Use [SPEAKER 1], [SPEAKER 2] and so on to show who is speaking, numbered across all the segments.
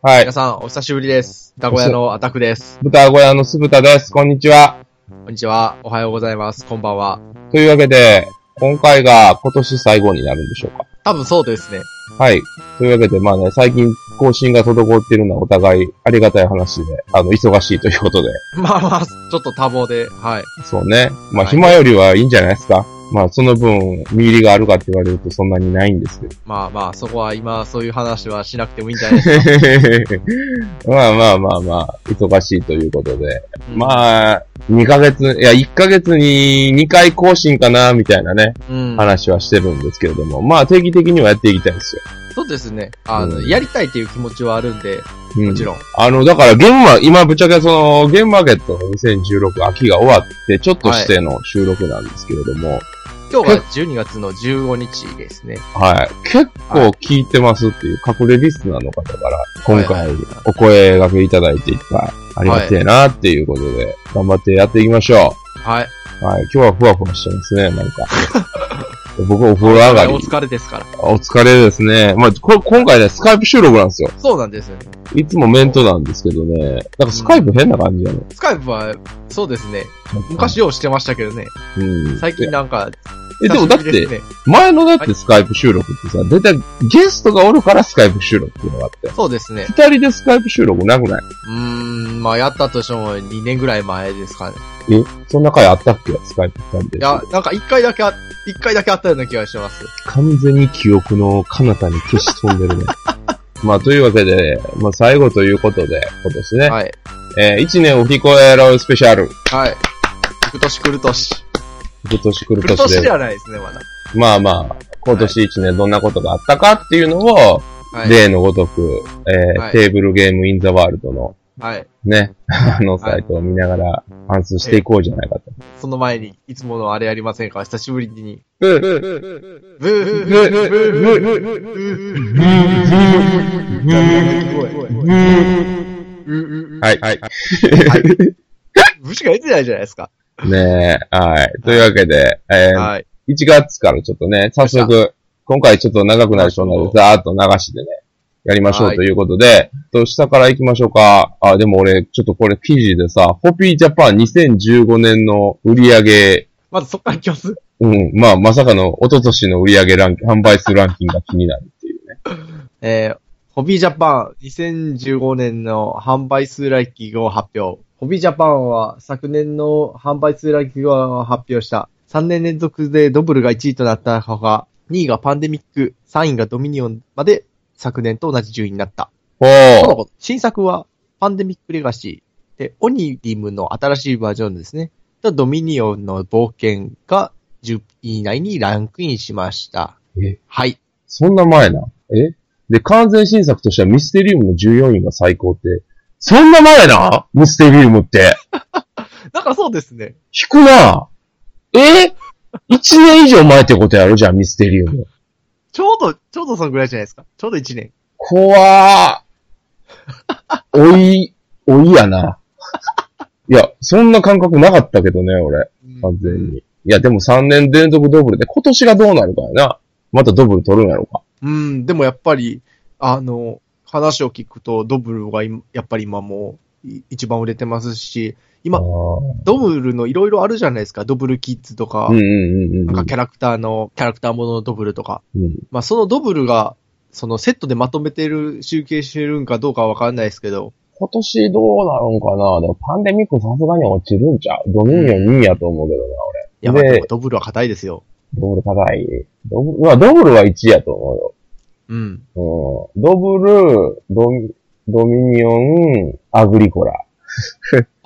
[SPEAKER 1] はい
[SPEAKER 2] 皆。さん、お久しぶりです。ダゴ屋のアタクです。
[SPEAKER 1] 豚小屋の酢豚です。こんにちは。
[SPEAKER 2] こんにちは。おはようございます。こんばんは。
[SPEAKER 1] というわけで、今回が今年最後になるんでしょうか。
[SPEAKER 2] 多分そうですね。
[SPEAKER 1] はい。というわけで、まあね、最近更新が滞っているのはお互いありがたい話で、あの、忙しいということで。
[SPEAKER 2] まあまあ、ちょっと多忙で、はい。
[SPEAKER 1] そうね。まあ、
[SPEAKER 2] はい
[SPEAKER 1] 暇よりはいいんじゃないですか。まあ、その分、見入りがあるかって言われるとそんなにないんですけど。
[SPEAKER 2] まあまあ、そこは今、そういう話はしなくてもいいんじゃないで す
[SPEAKER 1] まあまあまあまあ、忙しいと いうことで。
[SPEAKER 2] か。あ、
[SPEAKER 1] まあ、2ヶ月、いや、1ヶ月に2回更新かな、みたいなね、
[SPEAKER 2] うん。
[SPEAKER 1] 話はしてるんですけれども、まあ、定期的にはやっていきたいですよ。
[SPEAKER 2] そうですね。あの、
[SPEAKER 1] うん
[SPEAKER 2] やりたいっていう気持ちはあるんで、
[SPEAKER 1] うん、
[SPEAKER 2] もちろん。
[SPEAKER 1] あの、だから、ゲームは、今、ぶっちゃけその、ゲームマーケットの2016秋が終わって、ちょっとしての収録なんですけれども、
[SPEAKER 2] 今日が12月の15日ですね。
[SPEAKER 1] はい。結構聞いてますっていう、隠れリスナーの方から、今
[SPEAKER 2] は
[SPEAKER 1] 回
[SPEAKER 2] いはい、
[SPEAKER 1] お声掛けいただいていっぱい、ありがてえな、っていうことで、頑張ってやっていきましょ
[SPEAKER 2] はい。
[SPEAKER 1] う。はい。今日はふわふわしてますね、なん か。僕、お風呂上がり
[SPEAKER 2] お。疲れですから。
[SPEAKER 1] お疲れですね。まあ、こ今回ね、スカイプ収録なんですよ。
[SPEAKER 2] そうなんですよね。
[SPEAKER 1] いつもメントなんですけどね。なんかスカイプ変な感じだね。
[SPEAKER 2] スカイプは、そうですね。昔ようしてましたけどね。
[SPEAKER 1] うん。
[SPEAKER 2] 最近なんか、
[SPEAKER 1] え、でもだっ
[SPEAKER 2] 久しぶり
[SPEAKER 1] て、
[SPEAKER 2] ですね、
[SPEAKER 1] 前のだってスカイプ収録ってさ、だいたいゲストがおるからスカイプ収録っていうのがあって。
[SPEAKER 2] そうですね。
[SPEAKER 1] 二人でスカイプ収録なくないう
[SPEAKER 2] ーん、まあやったとしても2年ぐらい前ですかね。
[SPEAKER 1] えそんな回あったっけスカイプ二人で。
[SPEAKER 2] いや、なんか1回だけあ、一回だけあったような気がしてます。
[SPEAKER 1] 完全に記憶の彼方に消し飛んでるね。 まあ、というわけで、まあ、最後ということで、今年ね、
[SPEAKER 2] はい。
[SPEAKER 1] えー、一年を振り越えろスペシャル。
[SPEAKER 2] はい。行く年来る年。
[SPEAKER 1] 今年来る
[SPEAKER 2] 来る
[SPEAKER 1] 年で
[SPEAKER 2] 年ではないですね、まだ。
[SPEAKER 1] まあまあ、今年一年どんなことがあったかっていうのを、
[SPEAKER 2] はい。
[SPEAKER 1] 例のごとく、えー
[SPEAKER 2] はい
[SPEAKER 1] テーブルゲームインザワールドの
[SPEAKER 2] はい。
[SPEAKER 1] ね、あのサイトを見ながら反数していこうじゃないかと。
[SPEAKER 2] その前に、いつものあれやりませんか久しぶりに。
[SPEAKER 1] ブーブーブーブーブー
[SPEAKER 2] ブーブーブーブーブーブーブーブー
[SPEAKER 1] はい、はい。
[SPEAKER 2] ブしか出てないじゃないですか。
[SPEAKER 1] ねえ、はい。というわけで、えー
[SPEAKER 2] はい。
[SPEAKER 1] 1月からちょっとね、早速、今回ちょっと長くなりそうなので、ざーっと流しでね、やりましょ
[SPEAKER 2] は
[SPEAKER 1] う
[SPEAKER 2] い
[SPEAKER 1] ということで、と下から行きましょうか。あ、でも俺、ちょっとこれ記事でさ、ホピージャパン2015年の売り上げ、
[SPEAKER 2] まずそっから行きます。
[SPEAKER 1] うん、まあ、まさかの、一昨年の売り上げランキング、販売数ランキングが気になるっていうね。
[SPEAKER 2] えー、ホビージャパン2015年の販売数ランキングを発表。ホビージャパンは昨年の販売数ランキングを発表した。3年連続でドブルが1位となったほか、2位がパンデミック、3位がドミニオンまで昨年と同じ順位になった。との
[SPEAKER 1] ほう。
[SPEAKER 2] こと新作はパンデミックレガシーで、オニリムの新しいバージョンですね。とドミニオンの冒険が10位以内にランクインしました
[SPEAKER 1] え。
[SPEAKER 2] はい。
[SPEAKER 1] そんな前な。えで、完全新作としてはミステリウムの14位が最高って。そんな前なミステリウムって。
[SPEAKER 2] だからそうですね。
[SPEAKER 1] 引くなえ ?1 年以上前ってことやろじゃあ、ミステリウム。
[SPEAKER 2] ちょうど、ちょうどそのぐらいじゃないですか。ちょうど1年。
[SPEAKER 1] 怖ー。 おい、おいやな。いや、そんな感覚なかったけどね、俺。完全に。いや、でも3年連続ドブルで、今年がどうなるかやな。またドブル取るんやろか。
[SPEAKER 2] うん、でもやっぱり、あの、話を聞くと、ドブルが今やっぱり今もうい一番売れてますし、今
[SPEAKER 1] あー
[SPEAKER 2] ドブルのいろいろあるじゃないですか。ドブルキッズとか、
[SPEAKER 1] うんうんうんう
[SPEAKER 2] なんか
[SPEAKER 1] ん
[SPEAKER 2] キャラクターの、キャラクターもののドブルとか。
[SPEAKER 1] うん。
[SPEAKER 2] まあそのドブルが、そのセットでまとめてる、集計してるんかどうかはわかんないですけど、
[SPEAKER 1] 今年どうなるんかなでもパンデミックさすがに落ちるんちゃうドミニオン2位やと思うけどな、俺。
[SPEAKER 2] いやまあ
[SPEAKER 1] で
[SPEAKER 2] でもドブルは硬いですよ。
[SPEAKER 1] ドブル高い。ドブル、まあ、ドブルは1位やと思うよ。
[SPEAKER 2] うん。
[SPEAKER 1] うん。ドブル、ドミ、ドミニオン、アグリコラ。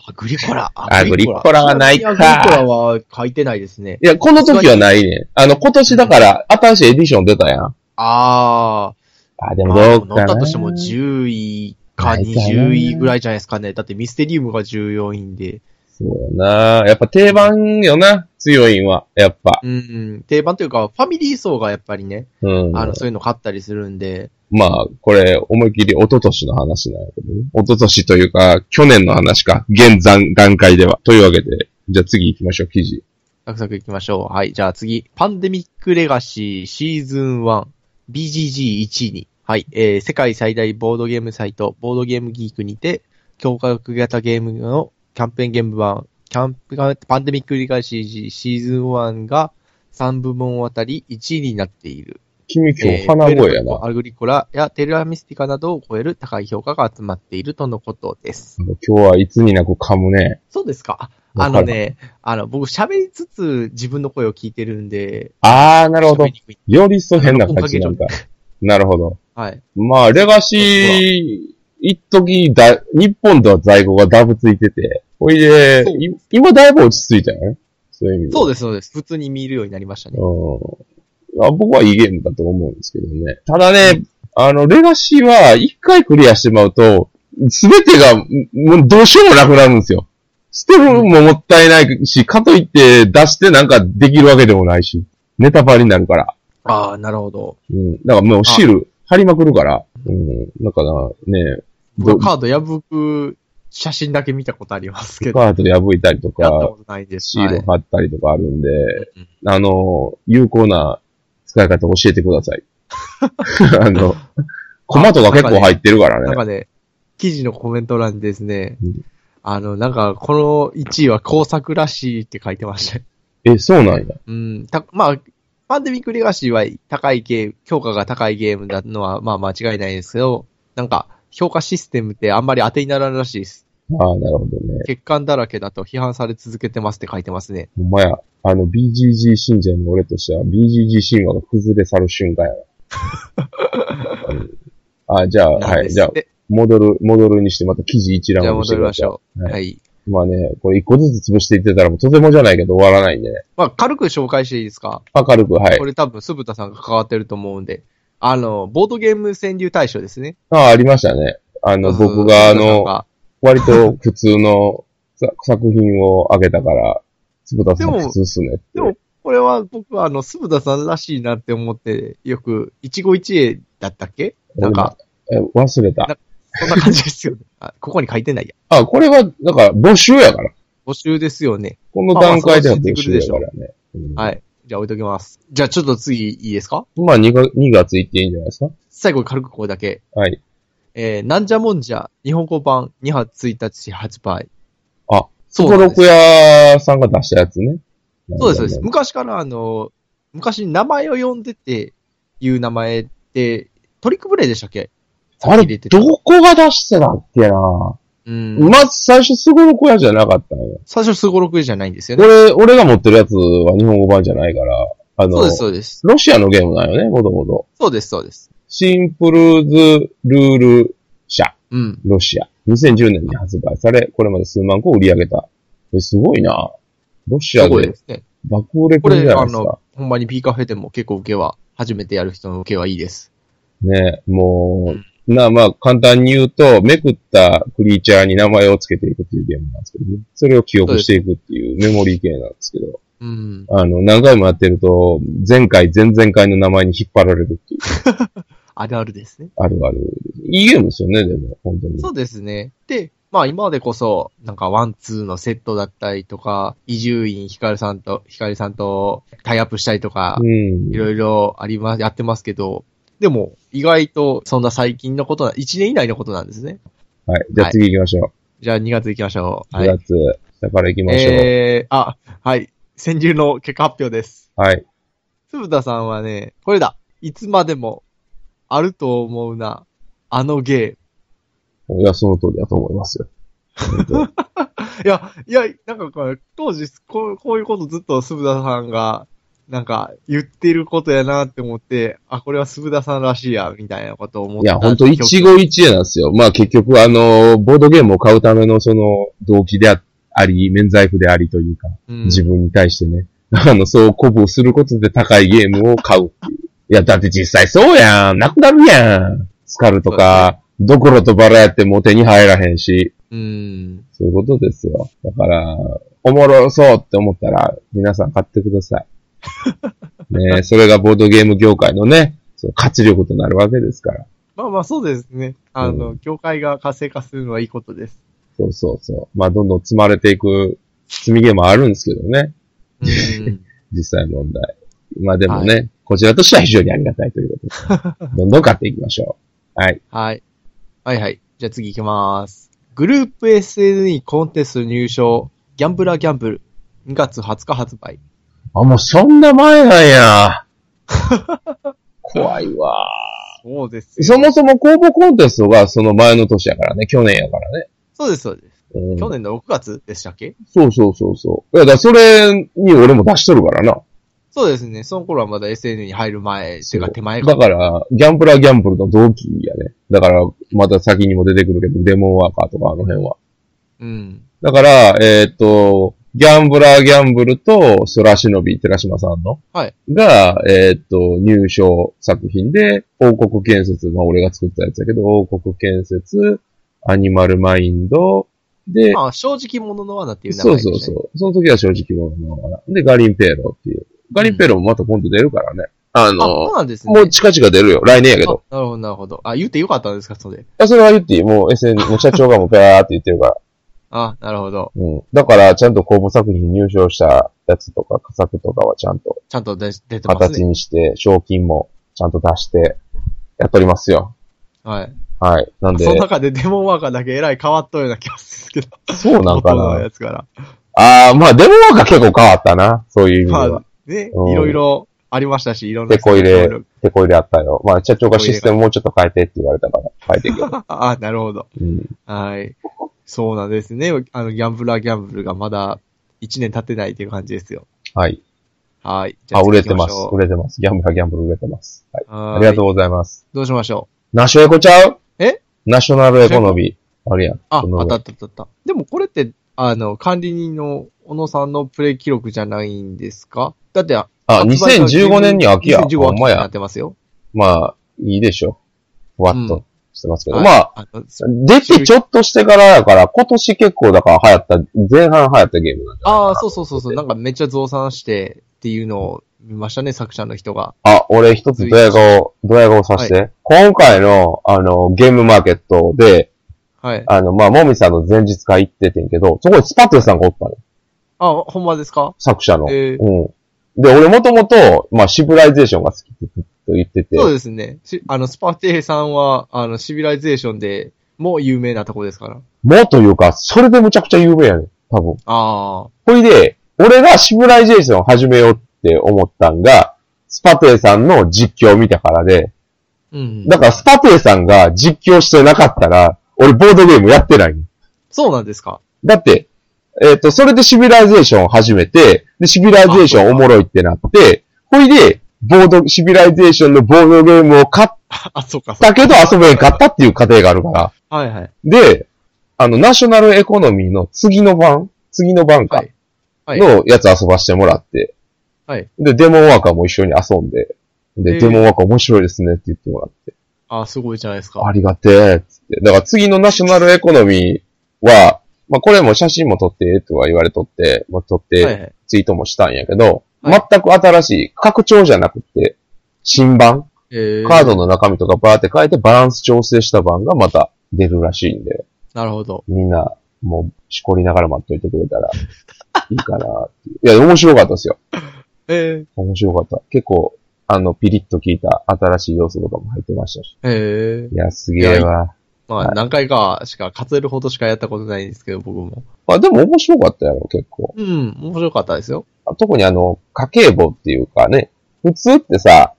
[SPEAKER 2] アグリコラ、
[SPEAKER 1] アグリコラはないか
[SPEAKER 2] アグリコラは書いてないですね。
[SPEAKER 1] いや、この時はないね。あの、今年だから、新しいエディション出たやん。
[SPEAKER 2] ああ、
[SPEAKER 1] あ、でも
[SPEAKER 2] まあ
[SPEAKER 1] ど
[SPEAKER 2] で
[SPEAKER 1] う
[SPEAKER 2] も
[SPEAKER 1] か
[SPEAKER 2] 乗
[SPEAKER 1] な。
[SPEAKER 2] ったとしても10位か
[SPEAKER 1] 大体ね
[SPEAKER 2] 20位ぐらいじゃないですかね。だってミステリウムが14位で。
[SPEAKER 1] そうやな。やっぱ定番よな。強いんは。やっぱ。
[SPEAKER 2] うんうん。定番というか、ファミリー層がやっぱりね、
[SPEAKER 1] うん。
[SPEAKER 2] あの、そういうの買ったりするんで。
[SPEAKER 1] まあ、これ、思いっきり一昨年の話なんやけどね。一昨年というか、去年の話か。現段段階では。というわけで、じゃあ次行きましょう、記事。
[SPEAKER 2] サクサク行きましょう。はい。じゃあ次。パンデミックレガシーシーズン1。BGG1 位に。はい、えー、世界最大ボードゲームサイト、ボードゲームギークにて、強化学型ゲームのキャンペーンゲーム版、キャンプが、パンデミック理解シーシーズン1が3部門あたり1位になっている。
[SPEAKER 1] 君今
[SPEAKER 2] え
[SPEAKER 1] 日
[SPEAKER 2] ー
[SPEAKER 1] 鼻声
[SPEAKER 2] プエ
[SPEAKER 1] や
[SPEAKER 2] ルト
[SPEAKER 1] な。
[SPEAKER 2] リコアグリコラやテルアミスティカなどを超える高い評価が集まっているとのことです。
[SPEAKER 1] 今日はいつになく噛むね。
[SPEAKER 2] そうですか
[SPEAKER 1] わ
[SPEAKER 2] あ
[SPEAKER 1] か
[SPEAKER 2] の
[SPEAKER 1] る
[SPEAKER 2] ね、あの、僕喋りつつ自分の声を聞いてるんで、
[SPEAKER 1] あー、なるほど
[SPEAKER 2] 喋り。にくい
[SPEAKER 1] より一層変な感じなんだ。なるほど。
[SPEAKER 2] はい。
[SPEAKER 1] まあ、レガシー、一時だ、日本では在庫がダブついてて、ほいで
[SPEAKER 2] そう、
[SPEAKER 1] い今だいぶ落ち着いたよね。そういう意味
[SPEAKER 2] そう
[SPEAKER 1] で
[SPEAKER 2] です、そうです。普通に見るようになりましたね。
[SPEAKER 1] うんあ。僕はいいゲームだと思うんですけどね。ただね、あの、レガシーは一回クリアしてまうと、すべてが、もうどうしようもなくなるんですよ。捨てるのももったいないし、かといって出してなんかできるわけでもないし、ネタバレになるから。
[SPEAKER 2] ああ、なるほど。
[SPEAKER 1] うん。だからもうシール貼りまくるから、うん。だからね、ど
[SPEAKER 2] 僕カード破く写真だけ見たことありますけど、
[SPEAKER 1] カード破いたりと
[SPEAKER 2] やった
[SPEAKER 1] か、
[SPEAKER 2] ことないです。
[SPEAKER 1] シール
[SPEAKER 2] はい
[SPEAKER 1] 貼ったりとかあるんで、
[SPEAKER 2] うん
[SPEAKER 1] あの、有効な使い方教えてください。 あの、コマとか結構入ってるから
[SPEAKER 2] なん
[SPEAKER 1] ね。
[SPEAKER 2] かね、記事のコメント欄にですね、
[SPEAKER 1] うん
[SPEAKER 2] あの、なんか、この1位は工作らしいって書いてましたよ。
[SPEAKER 1] え、そうなんや。
[SPEAKER 2] うん。た、まあ、パンデミックレガシーは高いゲーム、評価が高いゲームだのは、まあ間違いないですけど、なんか、評価システムってあんまり当てにならないらしいです。
[SPEAKER 1] ああ、なるほどね。
[SPEAKER 2] 欠陥だらけだと批判され続けてますって書いてますね。
[SPEAKER 1] ほんまや、あの、BGG 信者の俺としては、BGG 神話が崩れ去る瞬間や な。うんあ、じゃあ、
[SPEAKER 2] なん
[SPEAKER 1] は
[SPEAKER 2] で
[SPEAKER 1] い、
[SPEAKER 2] す
[SPEAKER 1] じゃあ
[SPEAKER 2] っ、て
[SPEAKER 1] 戻る、戻るにして、また記事一覧
[SPEAKER 2] じゃあ
[SPEAKER 1] を見せ
[SPEAKER 2] 戻
[SPEAKER 1] てく
[SPEAKER 2] り
[SPEAKER 1] だ
[SPEAKER 2] ま
[SPEAKER 1] さ
[SPEAKER 2] し
[SPEAKER 1] い。
[SPEAKER 2] ょう。
[SPEAKER 1] は
[SPEAKER 2] はいい。
[SPEAKER 1] まあね、これ一個ずつ潰していってたらもうとてもじゃないけど終わらないんでね。
[SPEAKER 2] まあ、軽く紹介していいですか
[SPEAKER 1] 明るく、はい
[SPEAKER 2] こ。れ多分、鈴田さんが関わってると思うんで。あの、ボードゲーム川柳大賞ですね。
[SPEAKER 1] ああ、ありましたね。あの、僕が、あの、割と普通のさ作品をあげたから、つぶたさん
[SPEAKER 2] でも
[SPEAKER 1] 普通っすねって。
[SPEAKER 2] でもこれは僕はあの、鈴田さんらしいなって思って、よく、一期一会だったっけなんか、
[SPEAKER 1] え、忘れた。
[SPEAKER 2] そんな感じですよね。 あ、ここに書いてないや。
[SPEAKER 1] あ、これは、だから募集やから。
[SPEAKER 2] 募集ですよね。
[SPEAKER 1] この段階では募集やからね。い。
[SPEAKER 2] はい。じゃあ置いときます。じゃあちょっと次いいですか
[SPEAKER 1] まあ2月、2月行っていいんじゃないですか
[SPEAKER 2] 最後に軽くこれだけ。
[SPEAKER 1] はい。
[SPEAKER 2] えー、なんじゃもんじゃ、日本語版2発1日発売。
[SPEAKER 1] あ、
[SPEAKER 2] そう
[SPEAKER 1] コ
[SPEAKER 2] なん
[SPEAKER 1] ロ
[SPEAKER 2] です
[SPEAKER 1] ク屋さんが出したやつね。
[SPEAKER 2] そうです、そうで
[SPEAKER 1] なんかね
[SPEAKER 2] す。昔からあの、昔名前を呼んでて、いう名前って、トリックプレイでしたっけ
[SPEAKER 1] あれ、
[SPEAKER 2] た
[SPEAKER 1] どこが出してたっけな
[SPEAKER 2] うん。
[SPEAKER 1] まず最初、すごろく屋じゃなかったのよ。
[SPEAKER 2] 最初スゴロクじゃないんですよね。
[SPEAKER 1] 俺、俺が持ってるやつは日本語版じゃないから、あ
[SPEAKER 2] そう
[SPEAKER 1] の
[SPEAKER 2] で、す、そうです。
[SPEAKER 1] ロシアのゲームなんよね、もともと。
[SPEAKER 2] そうです、そうです。
[SPEAKER 1] シンプルズルール社、
[SPEAKER 2] うん。
[SPEAKER 1] ロシア。2010年に発売され、これまで数万個売り上げた。え、すごいなロシ
[SPEAKER 2] す
[SPEAKER 1] ア
[SPEAKER 2] ごいで
[SPEAKER 1] です
[SPEAKER 2] ね。
[SPEAKER 1] 爆売れ
[SPEAKER 2] こ
[SPEAKER 1] くるじ
[SPEAKER 2] れ、
[SPEAKER 1] ゃない
[SPEAKER 2] あ
[SPEAKER 1] ですか
[SPEAKER 2] の。、ほんまに P カフェでも結構受けは、初めてやる人の受けはいいです。
[SPEAKER 1] ね、も
[SPEAKER 2] うん
[SPEAKER 1] う、な、まあ、簡単に言うと、めくったクリーチャーに名前をつけていくっていうゲームなんですけどね。それを記憶していくっていうメモリー系なんですけど、
[SPEAKER 2] うん。
[SPEAKER 1] あの、何回もやってると、前回、前々回の名前に引っ張られるっていう、
[SPEAKER 2] あるあるですね。
[SPEAKER 1] あるある。いいゲームですよね、でも、本当に。
[SPEAKER 2] そうですね。で、まあ今までこそ、なんかワンツーのセットだったりとか、伊集院光さんと、光さんとタイアップしたりとか、
[SPEAKER 1] うん
[SPEAKER 2] い。ろいろありま、やってますけど、でも、意外とそんな最近のことな、1年以内のことなんですね。
[SPEAKER 1] はい。じゃあ次行きましょう。
[SPEAKER 2] じゃあ2月行きましょう。は
[SPEAKER 1] 2
[SPEAKER 2] い。
[SPEAKER 1] 月、下から行きましょう。
[SPEAKER 2] えー、あ、はい。先流の結果発表です。
[SPEAKER 1] はい。
[SPEAKER 2] 鈴田さんはね、これだ。いつまでも、あると思うな、あのゲーム。
[SPEAKER 1] いや、その通りだと思いますよ。
[SPEAKER 2] いや、いや、なんかこれ、当時こう、こういうことずっと鈴田さんが、なんか、言ってることやなって思って、あ、これは鈴田さんらしいや、みたいなことを思っ
[SPEAKER 1] い
[SPEAKER 2] た。
[SPEAKER 1] や、ほんと一期一会なんですよ。まあ結局、あの、ボードゲームを買うためのその動機であり、免罪符でありというか、
[SPEAKER 2] うん
[SPEAKER 1] 自分に対してね、 あの、そう鼓舞することで高いゲームを買うっていう。いや、だって実際そうやん。なくなるやん。スカルとか、ドクロとバラやってもう手に入らへんし、
[SPEAKER 2] うん。
[SPEAKER 1] そういうことですよ。だから、おもろそうって思ったら、皆さん買ってくだ さい。ねえそれがボードゲーム業界のね、その活力となるわけですから。
[SPEAKER 2] まあまあ、そうですね。あの、
[SPEAKER 1] う
[SPEAKER 2] 業界が活性化するのはいいことです。
[SPEAKER 1] そうそうそう。まあ、どんどん積まれていく積みゲームあるんですけどね。
[SPEAKER 2] うん。
[SPEAKER 1] 実際問題。まあでもね、こちらとしては非常にありがたいという ことで。どんどん買っていきましょう。はい。
[SPEAKER 2] はい。はいはい。じゃあ次行きます。グループ SNE コンテスト入賞、ギャンブラーギャンブル、2月20日発売。
[SPEAKER 1] あ、もうそんな前なんや。 怖いわ。
[SPEAKER 2] そうです
[SPEAKER 1] そもそも公募コンテストがその前の年やからね、去年やからね。
[SPEAKER 2] そうです、そうです。
[SPEAKER 1] うん、
[SPEAKER 2] 去年の6月でしたっけ
[SPEAKER 1] そうそうそうそう。いや、だからそれに俺も出しとるからな。
[SPEAKER 2] そうですね。その頃はまだ SNE に入る前、てか手前か
[SPEAKER 1] だ
[SPEAKER 2] ら。
[SPEAKER 1] から、ギャンブラーギャンブルの同期やね。だから、また先にも出てくるけど、デモンワーカーとかあの辺は。
[SPEAKER 2] うん。
[SPEAKER 1] だから、えーっ、と、ギャンブラーギャンブルと、空忍び、寺島さんの。
[SPEAKER 2] はい
[SPEAKER 1] が、えーっ、と、入賞作品で、王国建設、まあ俺が作ったやつだけど、王国建設、アニマルマインド、で、
[SPEAKER 2] まあ、正直者の罠っていう名
[SPEAKER 1] そ
[SPEAKER 2] 前
[SPEAKER 1] う
[SPEAKER 2] でした
[SPEAKER 1] そ
[SPEAKER 2] ね。
[SPEAKER 1] うそう。その時は正直者なのかな。で、ガリンペーロっていう。ガリンペーロもまた今度出るからね。あ
[SPEAKER 2] あ、そう
[SPEAKER 1] の、
[SPEAKER 2] なんですね。
[SPEAKER 1] もう近々出るよ。来年やけど。
[SPEAKER 2] あなるほど、なるほど。あ、言ってよかったんですか、それ。
[SPEAKER 1] いや、それは言っていい。もう SN、もう社長がもうペラーって言ってるから。
[SPEAKER 2] あ、なるほど。
[SPEAKER 1] うん。だから、ちゃんと公募作品入賞したやつとか、佳作とかはちゃんと
[SPEAKER 2] ちゃんと出出てます
[SPEAKER 1] 形
[SPEAKER 2] ね。
[SPEAKER 1] にして、賞金もちゃんと出して、やっとりますよ。
[SPEAKER 2] はい。
[SPEAKER 1] はい。なんで、
[SPEAKER 2] その中でデモンワーカーだけえらい変わったような気がするんですけど。
[SPEAKER 1] そうなん か
[SPEAKER 2] 元の
[SPEAKER 1] な。
[SPEAKER 2] やつから。
[SPEAKER 1] あー、まあ、デモが結構変わったな。そういう意味で
[SPEAKER 2] ま
[SPEAKER 1] は。
[SPEAKER 2] あ、ね、い
[SPEAKER 1] うん
[SPEAKER 2] ろいろありましたし、いろんな。
[SPEAKER 1] テこ入れ、テこ入れあったよ。まあ、社長がシステムもうちょっと変えてって言われたから、変えていく よ。
[SPEAKER 2] あ、なるほど。
[SPEAKER 1] うん。
[SPEAKER 2] はい。そうなんですね。あの、ギャンブラーギャンブルがまだ1年経ってないっていう感じですよ。
[SPEAKER 1] はい。
[SPEAKER 2] はい。じゃ
[SPEAKER 1] あ、売
[SPEAKER 2] 次
[SPEAKER 1] れ
[SPEAKER 2] 行き
[SPEAKER 1] てます
[SPEAKER 2] しょ。う
[SPEAKER 1] 売れてます。ギャンブルはギャンブル売れてます。はい。
[SPEAKER 2] は
[SPEAKER 1] ありがとう
[SPEAKER 2] う。
[SPEAKER 1] ございます。
[SPEAKER 2] どうしましょ
[SPEAKER 1] ナショエコちゃう
[SPEAKER 2] え
[SPEAKER 1] ナショナルエコノミー。あれやん
[SPEAKER 2] う。。あ、
[SPEAKER 1] その
[SPEAKER 2] あったあったあったあった。でもこれって、あの、管理人の小野さんのプレイ記録じゃないんですかだって、
[SPEAKER 1] あ、
[SPEAKER 2] 発売が
[SPEAKER 1] 2015年に秋や。
[SPEAKER 2] 2015
[SPEAKER 1] ほん
[SPEAKER 2] 秋
[SPEAKER 1] ま
[SPEAKER 2] にな
[SPEAKER 1] や
[SPEAKER 2] っ。てますよ。
[SPEAKER 1] まあ、いいでしょう。ふわっ
[SPEAKER 2] う
[SPEAKER 1] と
[SPEAKER 2] ん
[SPEAKER 1] してますけど。
[SPEAKER 2] はい
[SPEAKER 1] まあ、
[SPEAKER 2] あの
[SPEAKER 1] 出てちょっとしてからやから、今年結構だから流行った、前半流行ったゲームなんだ。
[SPEAKER 2] ああ、そうそうそうそう、なんかめっちゃ増産してっていうのを見ましたね、作者の人が。
[SPEAKER 1] あ、俺一つドヤ顔、ドヤ顔させて。今回の、あの、ゲームマーケットで、
[SPEAKER 2] はい。
[SPEAKER 1] あの、まあ、もみさんの前日会行っててんけど、そこにスパティさんがおったのよ。
[SPEAKER 2] あ、ほんまですか
[SPEAKER 1] 作者の。
[SPEAKER 2] えー
[SPEAKER 1] うん。で、俺もともと、まあ、シビライゼーションが好きってずっと言ってて。
[SPEAKER 2] そうですね。しあの、スパテイさんは、あの、シビライゼーションでも有名なとこですから。
[SPEAKER 1] もうというか、それでむちゃくちゃ有名やねん。多分。
[SPEAKER 2] あ
[SPEAKER 1] ほいで、俺がシブライゼーションを始めようって思ったんが、スパテイさんの実況を見たからで、
[SPEAKER 2] あ、うん。
[SPEAKER 1] だからスパテイさんが実況してなかったら、俺ボードゲームやってないの。
[SPEAKER 2] そうなんですか
[SPEAKER 1] だって、えっ、と、それでシビライゼーションを始めて、で、シビライゼーションおもろいってなって、ほいで、ボード、シビライゼーションのボードゲームを買っ
[SPEAKER 2] あ、そうか、そう
[SPEAKER 1] たけど遊べんかったっていう過程があるから。
[SPEAKER 2] か。はいはい。
[SPEAKER 1] で、あの、ナショナルエコノミーの次の版、次の版か
[SPEAKER 2] は、い。はい。
[SPEAKER 1] のやつ遊ばしてもらって、
[SPEAKER 2] はい。
[SPEAKER 1] で、デモンワーカーも一緒に遊んで、で、
[SPEAKER 2] えー
[SPEAKER 1] デモンワーカー面白いですねって言ってもらって、
[SPEAKER 2] あ、すごいじゃないですか。
[SPEAKER 1] ありがてえっつって。だから次のナショナルエコノミーは、まあこれも写真も撮ってとは言われとって、まあ、撮っ
[SPEAKER 2] はいは
[SPEAKER 1] て
[SPEAKER 2] い。
[SPEAKER 1] ツイートもしたんやけど、
[SPEAKER 2] はい
[SPEAKER 1] 全く新しい、拡張じゃなくて、新版、
[SPEAKER 2] え
[SPEAKER 1] カードの中身とかバーって書いてバランス調整した版がまた出るらしいんで、
[SPEAKER 2] なるほど。
[SPEAKER 1] みんなもうしこりながら待っといてくれた らいいかなっていう。いや、面白かったですよ。
[SPEAKER 2] え
[SPEAKER 1] 面白かった。結構、あの、ピリッと効いた新しい要素とかも入ってましたし。
[SPEAKER 2] ー、えー
[SPEAKER 1] い、や、すげえわ。
[SPEAKER 2] まあ、何回かしか数えるほどしかやったことないんですけど、僕も。
[SPEAKER 1] あ、でも面白かったやろ、結構。
[SPEAKER 2] うん、面白かったですよ。
[SPEAKER 1] 特にあの、家計簿っていうかね、普通ってさ、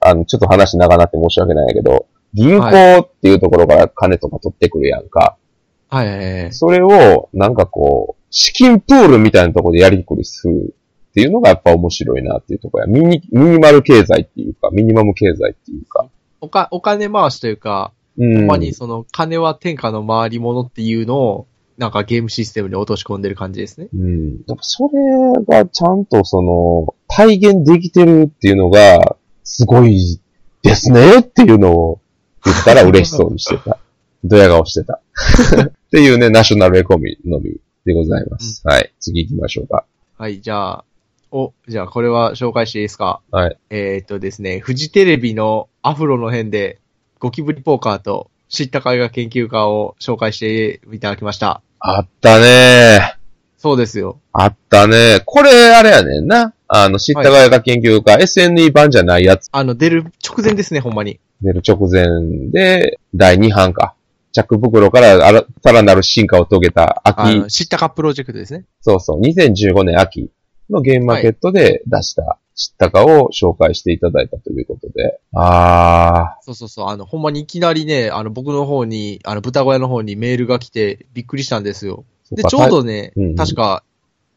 [SPEAKER 1] あの、ちょっと話長なって申し訳ないんやけど、銀行っていうところから金とか取ってくるやんか。
[SPEAKER 2] はいはいはい。
[SPEAKER 1] それを、なんかこう、資金プールみたいなところでやりくりするっていうのがやっぱ面白いなっていうところや。ミニ、ミニマル経済っていうか、ミニマム経済っていうか。
[SPEAKER 2] おか、お金回しというか、
[SPEAKER 1] うん。
[SPEAKER 2] ほんまにその金は天下の回り物っていうのを、なんかゲームシステムに落とし込んでる感じですね。
[SPEAKER 1] うん。だからそれがちゃんとその、体現できてるっていうのが、すごいですねっていうのを言ったら嬉しそうにして た。ドヤ顔してた。 っていうね、ナショナルエコミのみでございます。はい。次行きましょうか。
[SPEAKER 2] はい、じゃあ、お、じゃあこれは紹介していいですか
[SPEAKER 1] はい。
[SPEAKER 2] えーっとですね、フジテレビのアフロの辺で、ゴキブリポーカーと知った絵画研究家を紹介していただきました。
[SPEAKER 1] あったね
[SPEAKER 2] そうですよ。
[SPEAKER 1] あったねこれ、あれやねんな。あの、知ったがやが研究家、SNE 版じゃないやつ
[SPEAKER 2] あの、出る直前ですね、ほんまに。
[SPEAKER 1] 出る直前で、第2版か。チャック袋からあらさらなる進化を遂げた
[SPEAKER 2] あ
[SPEAKER 1] 秋
[SPEAKER 2] の、、知ったかプロジェクトですね。
[SPEAKER 1] そうそう、2015年秋のゲームマーケットで出した、知ったかを紹介していただいたということで。あ
[SPEAKER 2] そうそうそう。あの、ほんまにいきなりね、あの、僕の方に、あの、豚小屋の方にメールが来て、びっくりしたんですよ。
[SPEAKER 1] ー。
[SPEAKER 2] で、
[SPEAKER 1] そ
[SPEAKER 2] ちょう
[SPEAKER 1] か
[SPEAKER 2] どね、
[SPEAKER 1] うんうん
[SPEAKER 2] 確か、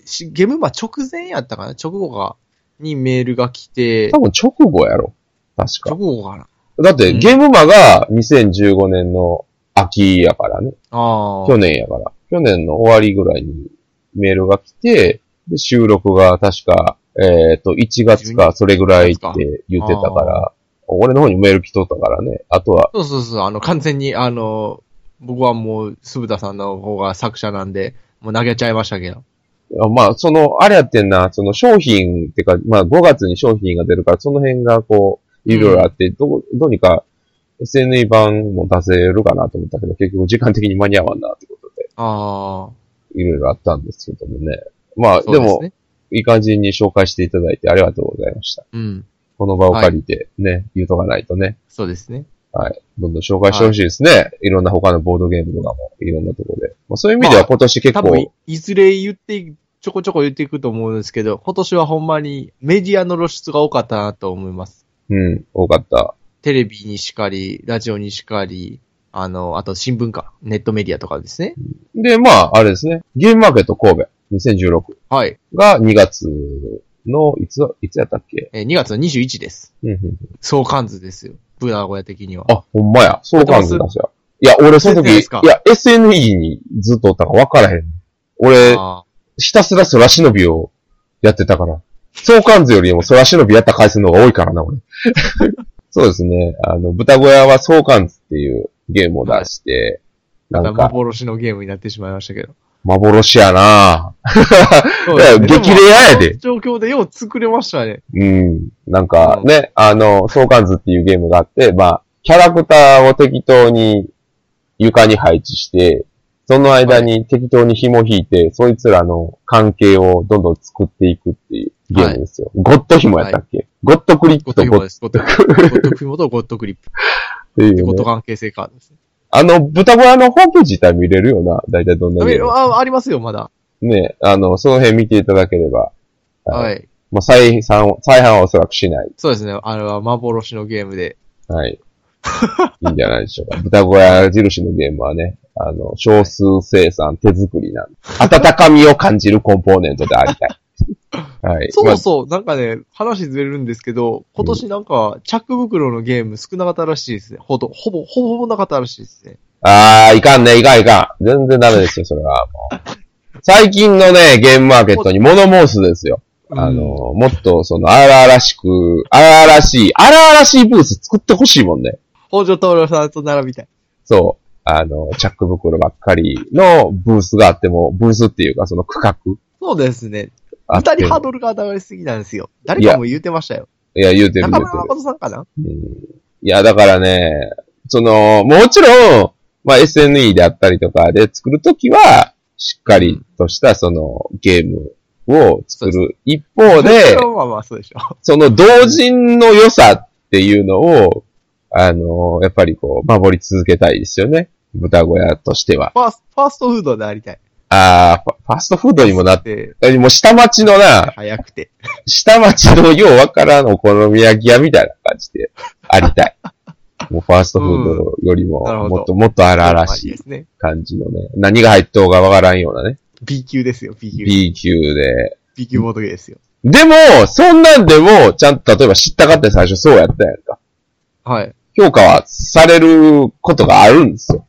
[SPEAKER 2] しゲームマ直前やったかな直後か、にメールが来て、
[SPEAKER 1] 多分直後やろ。確
[SPEAKER 2] 直
[SPEAKER 1] か。
[SPEAKER 2] 後かな
[SPEAKER 1] だって、
[SPEAKER 2] うん
[SPEAKER 1] ゲームマが2015年の秋やからね。
[SPEAKER 2] あ
[SPEAKER 1] 去年やから。去年の終わりぐらいにメールが来て、で収録が確か、えっ、と、1月かそれぐらいって言ってたから、俺の方にメール来とったからね。あとは、
[SPEAKER 2] あ。そうそうそう、あの、完全に、あの、僕はもう、鈴田さんの方が作者なんで、もう投げちゃいましたけど。
[SPEAKER 1] あまあ、その、あれやってんな、その商品ってか、まあ5月に商品が出るから、その辺がこう、いろいろあって、どう、どうにか SNE 版も出せるかなと思ったけど、結局時間的に間に合わんなってことで、
[SPEAKER 2] あ
[SPEAKER 1] いろいろあったんですけどもね。まあ、
[SPEAKER 2] あ。
[SPEAKER 1] でも、
[SPEAKER 2] そうすね、
[SPEAKER 1] いい感じに紹介していただいてありがとうございました。
[SPEAKER 2] うん。
[SPEAKER 1] この場を借りてね、言うとかないとね、
[SPEAKER 2] そうですね。
[SPEAKER 1] どんどん紹介してほしいですね。い、ろんな他のボードゲームとかも、いろんなところで。まあ、そういう意味で
[SPEAKER 2] ま
[SPEAKER 1] は
[SPEAKER 2] あ
[SPEAKER 1] 今年結
[SPEAKER 2] 多
[SPEAKER 1] 構、
[SPEAKER 2] 分、いいずれ言ってい、ちょこちょこ言っていくと思うんですけど、今年はほんまにメディアの露出が多かったなと思います。
[SPEAKER 1] うん、多かった。
[SPEAKER 2] テレビにしかり、ラジオにしかり、あの、あと新聞か、ネットメディアとかですね。
[SPEAKER 1] で、まあ、あれですね。ゲームマーケット神戸2016。
[SPEAKER 2] はい。
[SPEAKER 1] が2月の、いつ、いつやったっけ
[SPEAKER 2] えー2月の21日です。
[SPEAKER 1] うんうん。
[SPEAKER 2] 相関図ですよ。ブラゴヤ的には。
[SPEAKER 1] あ、ほんまや。そう感じだしや。いや、俺その
[SPEAKER 2] 忘れてな
[SPEAKER 1] 時、
[SPEAKER 2] いで
[SPEAKER 1] い
[SPEAKER 2] すか
[SPEAKER 1] や、SNE にずっとおったから分からへん。俺、
[SPEAKER 2] あ
[SPEAKER 1] ひたすら空忍びをやってたから。相関図よりも空忍びやった回数の方が多いからな、俺。 そうですね。あの、豚小屋は相関図っていうゲームを出して、
[SPEAKER 2] ー
[SPEAKER 1] な
[SPEAKER 2] また
[SPEAKER 1] んか、
[SPEAKER 2] 幻のゲームになってしまいましたけど。
[SPEAKER 1] 幻やな
[SPEAKER 2] そう
[SPEAKER 1] いや
[SPEAKER 2] ですね
[SPEAKER 1] 激レアやで
[SPEAKER 2] も状況でよう作れましたね。
[SPEAKER 1] うん。なんかね、あの、相関図っていうゲームがあって、まあ、キャラクターを適当に床に配置して、その間に適当に紐引いて、そいつらの関係をどんどん作っていくっていうゲームですよ。ゴッド紐やったっけ、ゴッドクリッ
[SPEAKER 2] ゴ
[SPEAKER 1] クと
[SPEAKER 2] ッドフィ
[SPEAKER 1] ゴ
[SPEAKER 2] モ
[SPEAKER 1] ッドっ
[SPEAKER 2] です。ゴッドフィモゴッドフィモとゴッドクリップ。
[SPEAKER 1] ていう
[SPEAKER 2] で、
[SPEAKER 1] ね、
[SPEAKER 2] ゴッド関係性カードですね。
[SPEAKER 1] あの、豚小屋のホームページ自体見れるよな。だいたいどんな
[SPEAKER 2] あ
[SPEAKER 1] ゲーム
[SPEAKER 2] あありますよ、まだ。
[SPEAKER 1] ね、あの、その辺見ていただければ。。
[SPEAKER 2] はいい。
[SPEAKER 1] まあ、再販、再販はおそらくしない。
[SPEAKER 2] そうですね。あれは幻のゲームで。
[SPEAKER 1] はい。いいんじゃないでしょうか。 豚小屋印のゲームはね、あの、少数生産手作りなんで、温かみを感じるコンポーネントでありたい。 はい。
[SPEAKER 2] そうそう、なんかね、話ずれるんですけど、今年なんか、チャック袋のゲーム少なかったらしいですね。ほど、ほぼ、ほぼほぼなかったらしいですね。
[SPEAKER 1] まあ、あー、いかんね、いかんいかん。全然ダメですよ、それは。もう最近のね、ゲームマーケットに物申すですよ。あの、
[SPEAKER 2] うん、
[SPEAKER 1] もっと、その、荒々しく、荒々しい、荒々しいブース作ってほしいもんね。
[SPEAKER 2] 北条徹さんと並びたい。
[SPEAKER 1] そう。あの、チャック袋ばっかりのブースがあっても、ブースっていうか、その区画
[SPEAKER 2] そうですね。
[SPEAKER 1] あ
[SPEAKER 2] 二
[SPEAKER 1] っても。
[SPEAKER 2] 人ハードルが上がりすぎなんですよ。誰かも言うてましたよ。
[SPEAKER 1] いや、言うてる
[SPEAKER 2] 中
[SPEAKER 1] 言う
[SPEAKER 2] 村
[SPEAKER 1] て
[SPEAKER 2] 誠さんかな
[SPEAKER 1] る。うんいや、だからね、その、もちろん、まあ、SNE であったりとかで作るときは、しっかりとした、その、ゲームを作る一方で、
[SPEAKER 2] まあまあそうでしょ。
[SPEAKER 1] その、同人の良さっていうのを、あの、やっぱりこう、守り続けたいですよね。豚小屋としては。
[SPEAKER 2] ファースファーストフードでありたい。
[SPEAKER 1] ああ、ファファストフードにもなって、
[SPEAKER 2] て、
[SPEAKER 1] もう下町のな、
[SPEAKER 2] 早くて。
[SPEAKER 1] 下町のようわからんお好み焼き屋みたいな感じでありた い。もうファーストフードよりも
[SPEAKER 2] うんなるほ、ど
[SPEAKER 1] もっともっと荒々
[SPEAKER 2] い
[SPEAKER 1] し
[SPEAKER 2] で
[SPEAKER 1] い
[SPEAKER 2] すね。
[SPEAKER 1] 感じのね、何が入っとうかわからんようなね、
[SPEAKER 2] B 級ですよ、B 級。
[SPEAKER 1] B 級で。
[SPEAKER 2] B 級ボードゲーですよ。
[SPEAKER 1] でも、そんなんでも、ちゃんと例えば知ったかって最初そうやったやんか。
[SPEAKER 2] はい。
[SPEAKER 1] 評価はされることがあるんですよ。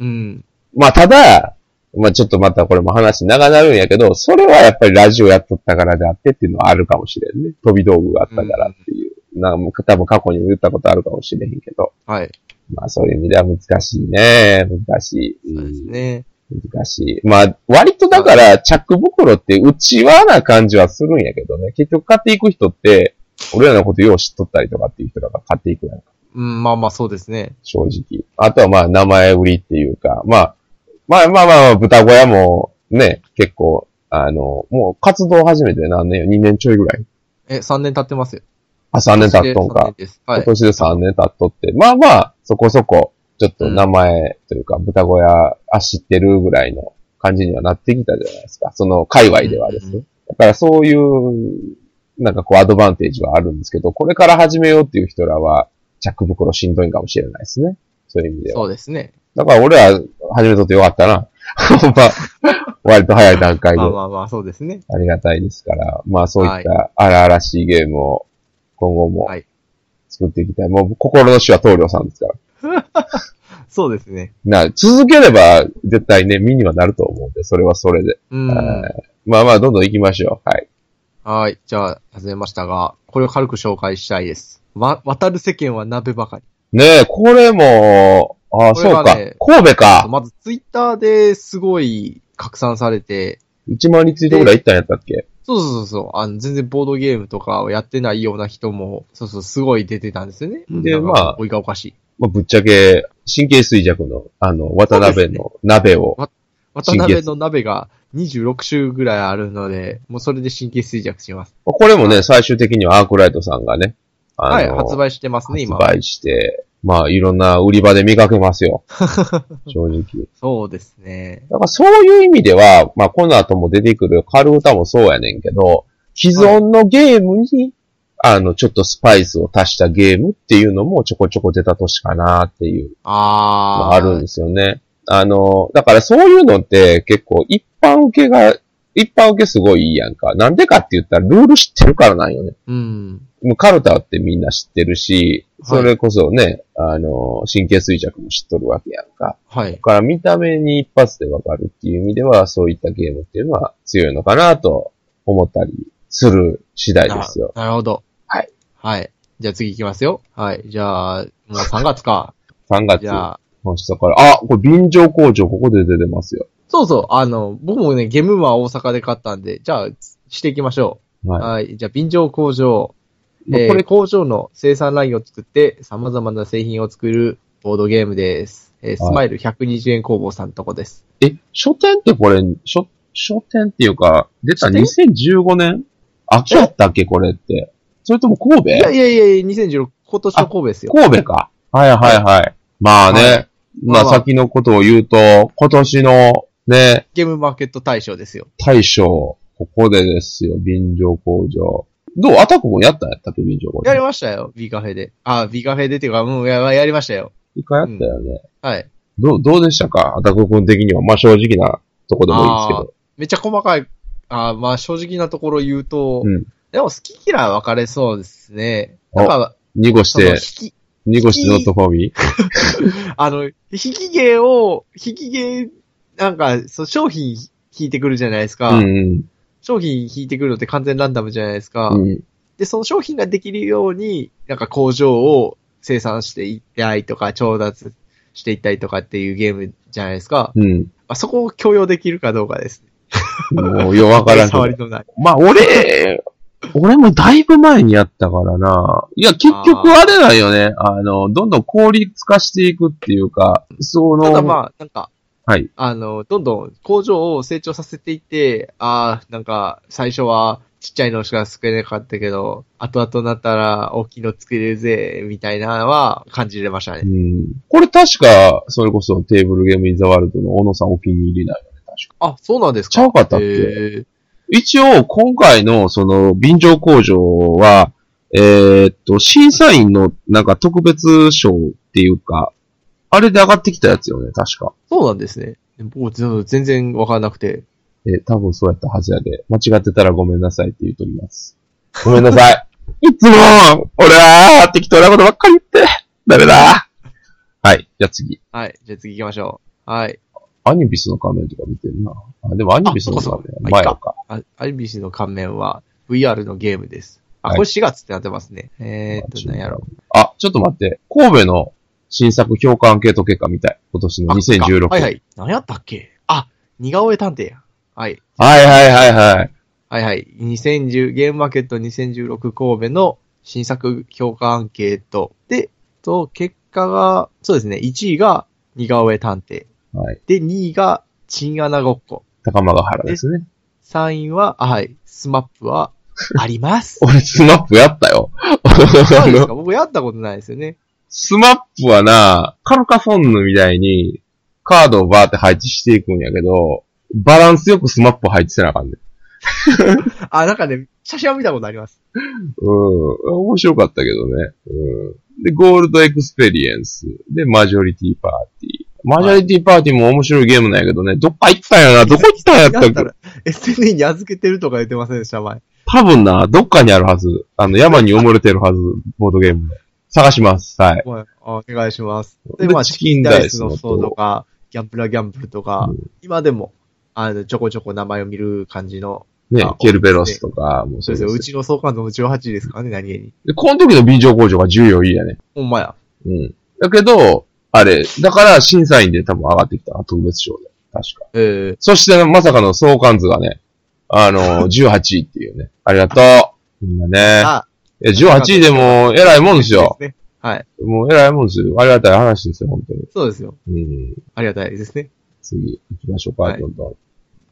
[SPEAKER 2] うん。
[SPEAKER 1] まあ、ただ、まあちょっとまたこれも話長なるんやけど、それはやっぱりラジオやっとったからであってっていうのはあるかもしれんね。飛び道具があったからっていう。なんかもう多分過去にも言ったことあるかもしれへんけど。
[SPEAKER 2] はい。
[SPEAKER 1] まあそういう意味では難しいね。難しい。
[SPEAKER 2] そうですね。
[SPEAKER 1] 難しい。まあ割とだから、チャック袋って内輪な感じはするんやけどね。結局買っていく人って、俺らのことよう知っとったりとかっていう人らが買っていくやん
[SPEAKER 2] うん、まあまあそうですね。
[SPEAKER 1] 正直。あとはまあ名前売りっていうか、まあ、まあまあまあまあ、豚小屋もね、結構、あの、もう活動始めて何年よ、2年ちょいぐらい。
[SPEAKER 2] え、3年経ってますよ。
[SPEAKER 1] あ、3年経っとん
[SPEAKER 2] 3
[SPEAKER 1] か
[SPEAKER 2] 年。です。は
[SPEAKER 1] 今
[SPEAKER 2] い。
[SPEAKER 1] 年で3年経っとって、まあまあ、そこそこ、ちょっと名前というか、豚小屋、あ、知ってるぐらいの感じにはなってきたじゃないですか。その、界隈ではです
[SPEAKER 2] うんう
[SPEAKER 1] ね。だからそういう、なんかこう、アドバンテージはあるんですけど、これから始めようっていう人らは、着袋しんどいかもしれないですね。そういう意味では。
[SPEAKER 2] そうですね。
[SPEAKER 1] だから俺は、始めとってよかったな。 ほんま、割と早い段階で
[SPEAKER 2] ま。あまあまあ、そうですね。
[SPEAKER 1] ありがたいですから、まあそういった荒々しいゲームを今後も
[SPEAKER 2] はい
[SPEAKER 1] 作っていきたい。もう心の死は棟梁さんですから。
[SPEAKER 2] そうですね。
[SPEAKER 1] な、続ければ絶対ね、身にはなると思うんで、それはそれで。
[SPEAKER 2] うん。
[SPEAKER 1] はいまあまあ、どんどん行きましょう。はい。
[SPEAKER 2] はい。じゃあ、尋ねましたが、これを軽く紹介したいです。わ、渡る世間は鍋ばかり。
[SPEAKER 1] ねえ、これも、ああ、
[SPEAKER 2] こ
[SPEAKER 1] そ
[SPEAKER 2] れ
[SPEAKER 1] う
[SPEAKER 2] は
[SPEAKER 1] か
[SPEAKER 2] ね。
[SPEAKER 1] 神戸か。
[SPEAKER 2] まず、ツイッターですごい拡散されて、
[SPEAKER 1] 1万リツイートぐらい行ったんやったっけ
[SPEAKER 2] そうそうそうそう、あの、全然ボードゲームとかをやってないような人も、そうそう、すごい出てたんですよね。
[SPEAKER 1] で
[SPEAKER 2] なんか
[SPEAKER 1] まあ
[SPEAKER 2] おいがおかしい。
[SPEAKER 1] まあ、ぶっちゃけ、神経衰弱の、あの、渡辺の鍋を。
[SPEAKER 2] 渡辺の鍋が26種ぐらいあるので、もうそれで神経衰弱します。
[SPEAKER 1] これもね、最終的にはアークライトさんがね、
[SPEAKER 2] は
[SPEAKER 1] あ
[SPEAKER 2] い、
[SPEAKER 1] の、
[SPEAKER 2] 発売してますね、今。
[SPEAKER 1] 発売して、まあいろんな売り場で見かけます よ。正直。
[SPEAKER 2] そうですね。
[SPEAKER 1] だからそういう意味では、まあこの後も出てくるカル歌もそうやねんけど、既存のゲームに、あの、ちょっとスパイスを足したゲームっていうのもちょこちょこ出た年かなっていうの
[SPEAKER 2] あ
[SPEAKER 1] が
[SPEAKER 2] ー。
[SPEAKER 1] あるんですよね。あの、だからそういうのって結構一般受けが、一般受けすごいいいやんか。なんでかって言ったらルール知ってるからなんよね。
[SPEAKER 2] うん。
[SPEAKER 1] もうカルタってみんな知ってるし、
[SPEAKER 2] はい
[SPEAKER 1] それこそね、あの、神経衰弱も知っとるわけやんか。
[SPEAKER 2] はい
[SPEAKER 1] だ。から見た目に一発でわかるっていう意味では、そういったゲームっていうのは強いのかなと思ったりする次第ですよ。
[SPEAKER 2] ななるほど。
[SPEAKER 1] はい。
[SPEAKER 2] はい。じゃあ次行きますよ。はい。じゃあ、もう3月か。
[SPEAKER 1] 3月
[SPEAKER 2] じ、ゃあ、
[SPEAKER 1] 本日だから、あ、これ便乗工場ここで出てますよ。
[SPEAKER 2] そうそう、あの、僕もね、ゲームマー大阪で買ったんで、じゃあ、していきましょう。
[SPEAKER 1] は
[SPEAKER 2] はい。じゃあ、便乗工場。
[SPEAKER 1] い。
[SPEAKER 2] えー
[SPEAKER 1] これ、
[SPEAKER 2] 工場の生産ラインを作って、様々な製品を作るボードゲームです。えースマイル120円工房さんのとこです。
[SPEAKER 1] え、書店ってこれ、書、書店っていうか、出た
[SPEAKER 2] 書店
[SPEAKER 1] 2015年秋やったっけこれって。それとも神戸
[SPEAKER 2] いやいやいやいや、2016、今年の神戸ですよ。
[SPEAKER 1] 神戸か。はいはいはい。まあね、
[SPEAKER 2] はい
[SPEAKER 1] まあ
[SPEAKER 2] まあ
[SPEAKER 1] 先のことを言うと、今年のね、
[SPEAKER 2] ゲームマーケット大賞ですよ。
[SPEAKER 1] 大賞、ここでですよ、便乗工場。どうアタックもやったんやったっけ便乗工場。
[SPEAKER 2] やりましたよ、B カフェで。あ、B カフェでっていうか、うん、ややりましたよ。
[SPEAKER 1] 一回やったよね。
[SPEAKER 2] はい。
[SPEAKER 1] どう、どうでしたかアタック君的には。まあ正直なとこでもいいですけど。
[SPEAKER 2] めっちゃ細かい、あーまあ正直なところ言うと、
[SPEAKER 1] うん
[SPEAKER 2] でも好き嫌い分かれそうですね。
[SPEAKER 1] お
[SPEAKER 2] なんか、
[SPEAKER 1] 濁し
[SPEAKER 2] その
[SPEAKER 1] て
[SPEAKER 2] 引、き、
[SPEAKER 1] 濁してノットフォーミー。
[SPEAKER 2] あの、引き芸を、引き芸、なんか、そう商品引いてくるじゃないですか。
[SPEAKER 1] うん
[SPEAKER 2] 商品引いてくるのって完全ランダムじゃないですか。
[SPEAKER 1] うん。うん。
[SPEAKER 2] で、その商品ができるように、なんか工場を生産していったりとか、調達していったりとかっていうゲームじゃないですか。
[SPEAKER 1] うん。
[SPEAKER 2] まあ、そこを許容できるかどうかです。
[SPEAKER 1] もう、よ、わからんけど
[SPEAKER 2] 触。りのない。
[SPEAKER 1] まあ、俺、俺もだいぶ前にやったからな。いや、結局あれだよね。あの、どんどん効率化していくっていうか、その、
[SPEAKER 2] ただまあ、なんか、
[SPEAKER 1] はい。
[SPEAKER 2] あの、どんどん工場を成長させていって、ああ、なんか、最初はちっちゃいのしか作れなかったけど、後々になったら大きいの作れるぜ、みたいなのは感じれました
[SPEAKER 1] う
[SPEAKER 2] ね。
[SPEAKER 1] ん。これ確か、それこそテーブルゲームインザワールドの小野さんお気に入りだよね。確か。
[SPEAKER 2] あ、そうなんですか
[SPEAKER 1] ちゃうかったっけ
[SPEAKER 2] へー
[SPEAKER 1] 一応、今回のその、便乗工場は、えーっと、審査員のなんか特別賞っていうか、あれで上がってきたやつよね、確か。
[SPEAKER 2] そうなんですね。僕、全全然わからなくて。
[SPEAKER 1] え、多分そうやったはずやで。間違ってたらごめんなさいって言うとります。ごめんなさい。 いつも、俺は、適当なことばっかり言って、ダメだ。はい。じゃあ次。
[SPEAKER 2] はい。じゃあ次行きましょう。はい。
[SPEAKER 1] アニビスの仮面とか見てるな。あ、でもアニビスの仮面
[SPEAKER 2] あそっかそっか
[SPEAKER 1] は前か。
[SPEAKER 2] あアイビシの仮面は VR のゲームです。あ、
[SPEAKER 1] はい
[SPEAKER 2] これ4月ってなってますね。えーっと、なんやろ。
[SPEAKER 1] あ、ちょっと待って。神戸の新作評価アンケート結果みたい。今年の
[SPEAKER 2] あ
[SPEAKER 1] 2016。
[SPEAKER 2] はいはい。何やったっけあ、似顔絵探偵や。はい。
[SPEAKER 1] はいはいはいはい。
[SPEAKER 2] はいはい。2010、ゲームマーケット2016神戸の新作評価アンケートで、と、結果が、そうですね、1位が似顔絵探偵。
[SPEAKER 1] はい。
[SPEAKER 2] で、2位がチンアナごっこ。
[SPEAKER 1] 高間が原ですね。
[SPEAKER 2] 3位は、あはい、スマップはあり ます。
[SPEAKER 1] 俺、スマップやったよ。
[SPEAKER 2] そうです
[SPEAKER 1] あの
[SPEAKER 2] か僕やったことないですよね。
[SPEAKER 1] スマップはな、カルカフォンヌみたいに、カードをバーって配置していくんやけど、バランスよくスマップ配置せなあかんね。
[SPEAKER 2] あ、なんかね、写真は見たことあります。
[SPEAKER 1] うん。面白かったけどね。うん。で、ゴールドエクスペリエンス。で、マジョリティパーティー。マジョリティパーティーも面白いゲームなんやけどね、どっか行ったんやな、どこ行ったんやった
[SPEAKER 2] だ
[SPEAKER 1] っ
[SPEAKER 2] っ
[SPEAKER 1] け
[SPEAKER 2] たら、SNE に預けてるとか言ってませんでした、前。
[SPEAKER 1] 多分な、どっかにあるはず。あの、山に埋もれてるはず、ボードゲームで。探します。はい。
[SPEAKER 2] はいお願いします。
[SPEAKER 1] で
[SPEAKER 2] で、まあ、
[SPEAKER 1] チ
[SPEAKER 2] チ
[SPEAKER 1] キ
[SPEAKER 2] キ
[SPEAKER 1] ン
[SPEAKER 2] ン
[SPEAKER 1] ダ
[SPEAKER 2] ダ
[SPEAKER 1] イ
[SPEAKER 2] イ
[SPEAKER 1] ス
[SPEAKER 2] ス
[SPEAKER 1] の
[SPEAKER 2] の層とか、ギャンブラギャンブルとか、
[SPEAKER 1] う
[SPEAKER 2] 今でも、あの、ちょこちょこ名前を見る感じの、
[SPEAKER 1] ね
[SPEAKER 2] あ、
[SPEAKER 1] ケルベロスとか、もう
[SPEAKER 2] そうですよ。うちの総監督18ですからね、何気に。
[SPEAKER 1] で、この時の便乗工場が14位やね。
[SPEAKER 2] ほんまや。
[SPEAKER 1] うん。だけど、あれ、だから審査員で多分上がってきたな、特別賞で。確か。
[SPEAKER 2] ええ
[SPEAKER 1] そして、まさかの相関図がね、あ の、18位っていうね。ありがとう。みんなね。
[SPEAKER 2] あ、
[SPEAKER 1] いや、18位でも、偉いもんですよ。
[SPEAKER 2] ですね。はい。
[SPEAKER 1] もう偉いもんですよ。ありがたい話ですよ、本当に。
[SPEAKER 2] そうですよ。
[SPEAKER 1] うん。
[SPEAKER 2] ありがたいですね。
[SPEAKER 1] 次、行きましょうか、
[SPEAKER 2] はい
[SPEAKER 1] どんどん。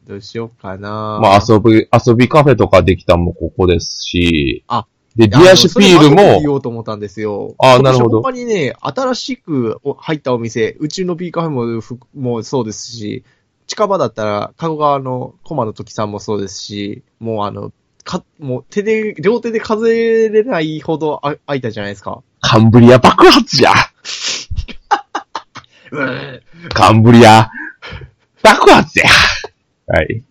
[SPEAKER 2] どうしようかな
[SPEAKER 1] まあ、遊び、遊びカフェとかできたのもここですし、
[SPEAKER 2] あ、
[SPEAKER 1] で、ディアシュピール
[SPEAKER 2] いやそれ後で言
[SPEAKER 1] も、
[SPEAKER 2] おうと思ったんですよ。
[SPEAKER 1] あなるほど
[SPEAKER 2] 今年ほんまにね、新しく入ったお店、宇宙のピーカフェもふ、もうそうですし、近場だったら、加古川の駒の時さんもそうですし、もうあの、か、もう手で、両手で数えれないほどあ開いたじゃないですか。
[SPEAKER 1] カンブリア爆発じゃ
[SPEAKER 2] うん
[SPEAKER 1] カンブリ ア爆発やはい。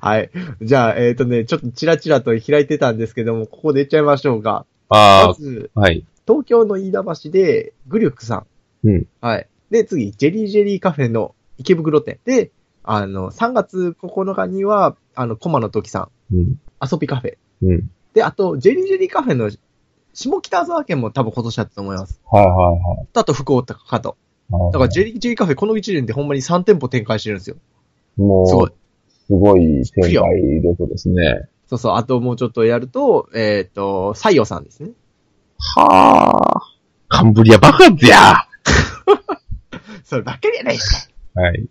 [SPEAKER 2] はい。じゃあ、えっ、とね、ちょっとチラチラと開いてたんですけども、ここで言っちゃいましょうか。ま
[SPEAKER 1] あ
[SPEAKER 2] ず、
[SPEAKER 1] あ、はい。
[SPEAKER 2] 東京の飯田橋で、グリュックさん。
[SPEAKER 1] うん
[SPEAKER 2] はい。で、次、ジェリージェリーカフェの池袋店。で、あの、3月9日には、あの、コマの時さん、
[SPEAKER 1] うん。
[SPEAKER 2] 遊びカフェ。
[SPEAKER 1] うん。
[SPEAKER 2] で、あと、ジェリージェリーカフェの下北沢県も多分今年だったと思います。
[SPEAKER 1] はいは
[SPEAKER 2] あと、福岡と。
[SPEAKER 1] いはい。
[SPEAKER 2] だから、ジェリージェリーカフェ、この1年でほんまに3店舗展開してるんですよ。
[SPEAKER 1] もう、
[SPEAKER 2] す
[SPEAKER 1] す
[SPEAKER 2] ご
[SPEAKER 1] ご
[SPEAKER 2] い
[SPEAKER 1] い。展開力ですね。
[SPEAKER 2] そうそう。あと、もうちょっとやると、えっ、と、西洋さんですね。
[SPEAKER 1] はあ。カンブリア爆発や
[SPEAKER 2] そればっかりやないです
[SPEAKER 1] はい。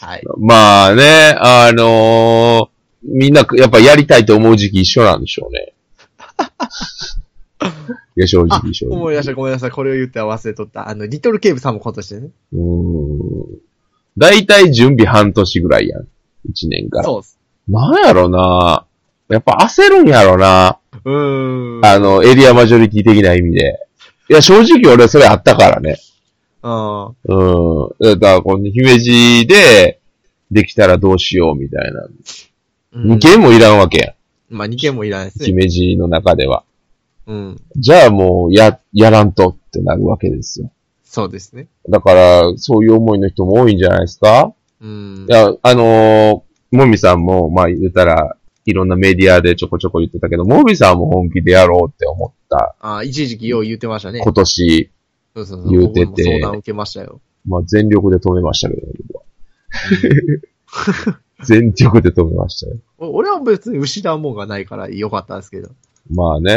[SPEAKER 2] か。 はい。
[SPEAKER 1] まあね、あのーみんな、やっぱやりたいと思う時期一緒なんでしょう ね。いや、正
[SPEAKER 2] あ
[SPEAKER 1] 直、正直。
[SPEAKER 2] 思い出した、ごめんなさい。これを言っては忘れとった。あの、リトルケーブさんも今年ですね。
[SPEAKER 1] うーん。だいたい準備半年ぐらいやん。一年から。
[SPEAKER 2] そうっす。
[SPEAKER 1] なんやろなやっぱ焦るんやろな
[SPEAKER 2] うーん。
[SPEAKER 1] あの、エリアマジョリティ的な意味で。いや、正直俺それあったからね。
[SPEAKER 2] うん。
[SPEAKER 1] うん。だから、この姫路で、できたらどうしようみたいな。
[SPEAKER 2] うん
[SPEAKER 1] 二軒もいらんわけやん。
[SPEAKER 2] まあ、2件もいらないですね。
[SPEAKER 1] 姫路の中では。
[SPEAKER 2] うん。
[SPEAKER 1] じゃあもう、や、やらんとってなるわけですよ。
[SPEAKER 2] そうですね。
[SPEAKER 1] だから、そういう思いの人も多いんじゃないですか
[SPEAKER 2] うん
[SPEAKER 1] い。や、あのーもみさんも、まあ言うたら、いろんなメディアでちょこちょこ言ってたけど、もみさんも本気でやろうって思った。
[SPEAKER 2] あ一時期よう言ってましたね。
[SPEAKER 1] 今年、
[SPEAKER 2] そうそうそう。
[SPEAKER 1] 言うてて
[SPEAKER 2] 僕も相談受けましたよ。
[SPEAKER 1] まあ全力で止めましたけど、僕は。全力で止めましたよ。
[SPEAKER 2] お俺は別に失うもんがないから良かったですけど。
[SPEAKER 1] まあね、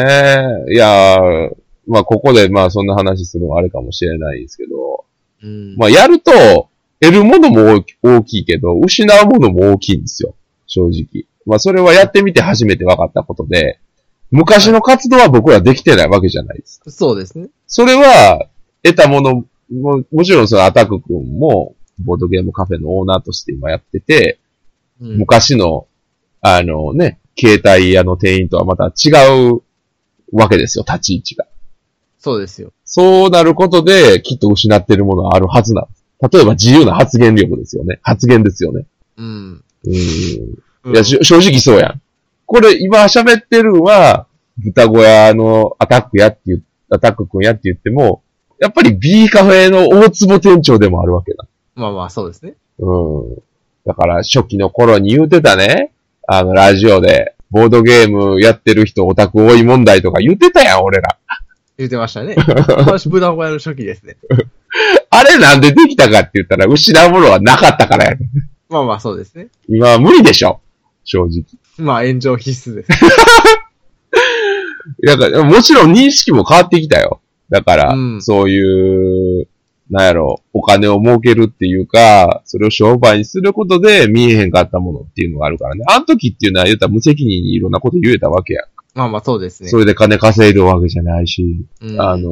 [SPEAKER 1] いやー、まあここでまあそんな話するのはあれかもしれないですけど、
[SPEAKER 2] うん。
[SPEAKER 1] まあやると、得るものも大き大きいけど、失うものも大きいんですよ。正直。まあそれはやってみて初めて分かったことで、昔の活動は僕らできてないわけじゃないです。
[SPEAKER 2] そうですね。
[SPEAKER 1] それは、得たものも、もちろんそのアタク君も、ボードゲームカフェのオーナーとして今やってて、
[SPEAKER 2] うん。
[SPEAKER 1] 昔の、あのね、携帯屋の店員とはまた違うわけですよ、立ち位置が。
[SPEAKER 2] そうですよ。
[SPEAKER 1] そうなることで、きっと失ってるものはあるはずなんです。例えば自由な発言力ですよね。発言ですよね。
[SPEAKER 2] うん。
[SPEAKER 1] うん。
[SPEAKER 2] うん
[SPEAKER 1] いや、し正直そうやん。これ、今喋ってるんは、豚小屋のアタックやって言っアタック君やって言っても、やっぱり B カフェの大坪店長でもあるわけだ。
[SPEAKER 2] まあまあ、そうですね。
[SPEAKER 1] うん。だから、初期の頃に言うてたね。あの、ラジオで、ボードゲームやってる人オタク多い問題とか言ってたやん、俺ら。
[SPEAKER 2] 言ってました ね。私、ブダ小屋の初期ですね。
[SPEAKER 1] あれなんでできたかって言ったら、失うものはなかったからやん。
[SPEAKER 2] まあまあ、そうですね。
[SPEAKER 1] 今は無理でしょ。正直。
[SPEAKER 2] まあ、炎上必須です。
[SPEAKER 1] だから、もちろん認識も変わってきたよ。だから、
[SPEAKER 2] うん
[SPEAKER 1] そういう、なんやろ、お金を儲けるっていうか、それを商売にすることで見えへんかったものっていうのがあるからね。あの時っていうのは言うたら無責任にいろんなこと言えたわけやん。
[SPEAKER 2] まあまあそうですね。
[SPEAKER 1] それで金稼いでるわけじゃないし、
[SPEAKER 2] うん
[SPEAKER 1] あ、の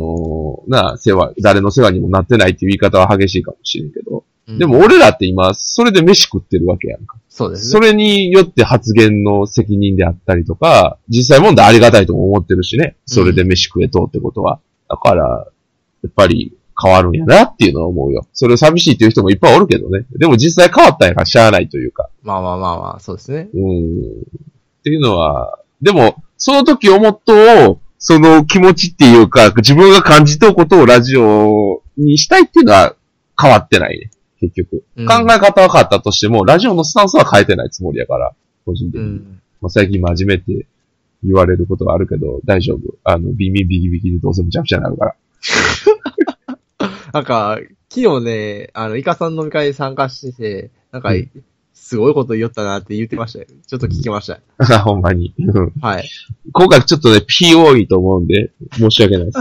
[SPEAKER 1] ーなあ、世話、誰の世話にもなってないっていう言い方は激しいかもしれんけど。
[SPEAKER 2] うん
[SPEAKER 1] でも、俺らって今、それで飯食ってるわけやんか。
[SPEAKER 2] そうです
[SPEAKER 1] そ
[SPEAKER 2] ね。
[SPEAKER 1] れによって発言の責任であったりとか、実際問題ありがたいとも思ってるしね。それで飯食えとうってことは。だから、やっぱり変わるんやなっていうのは思うよ。それ寂しいっていう人もいっぱいおるけどね。でも実際変わったんやからしゃあないというか。
[SPEAKER 2] まあまあまあまあ、そうですね。
[SPEAKER 1] うん。っていうのは、でも、その時思っとう、その気持ちっていうか、自分が感じとうことをラジオにしたいっていうのは変わってないね。結局。
[SPEAKER 2] うん
[SPEAKER 1] 考え方は変わったとしても、ラジオのスタンスは変えてないつもりやから、個人的
[SPEAKER 2] う
[SPEAKER 1] に。
[SPEAKER 2] ん。
[SPEAKER 1] まあ、最近真面目って言われることがあるけど、大丈夫。あの、ビミビキビキでどうせむちゃくちゃになるから。
[SPEAKER 2] なんか、昨日ね、あの、イカさんの飲み会に参加してて、なんか、
[SPEAKER 1] うん
[SPEAKER 2] すごいこと言おったなって言ってましたよ。ちょっと聞きました。
[SPEAKER 1] あ ほんまに。うん
[SPEAKER 2] はい。
[SPEAKER 1] 今回ちょっとね、P 多いと思うんで、申し訳ないです。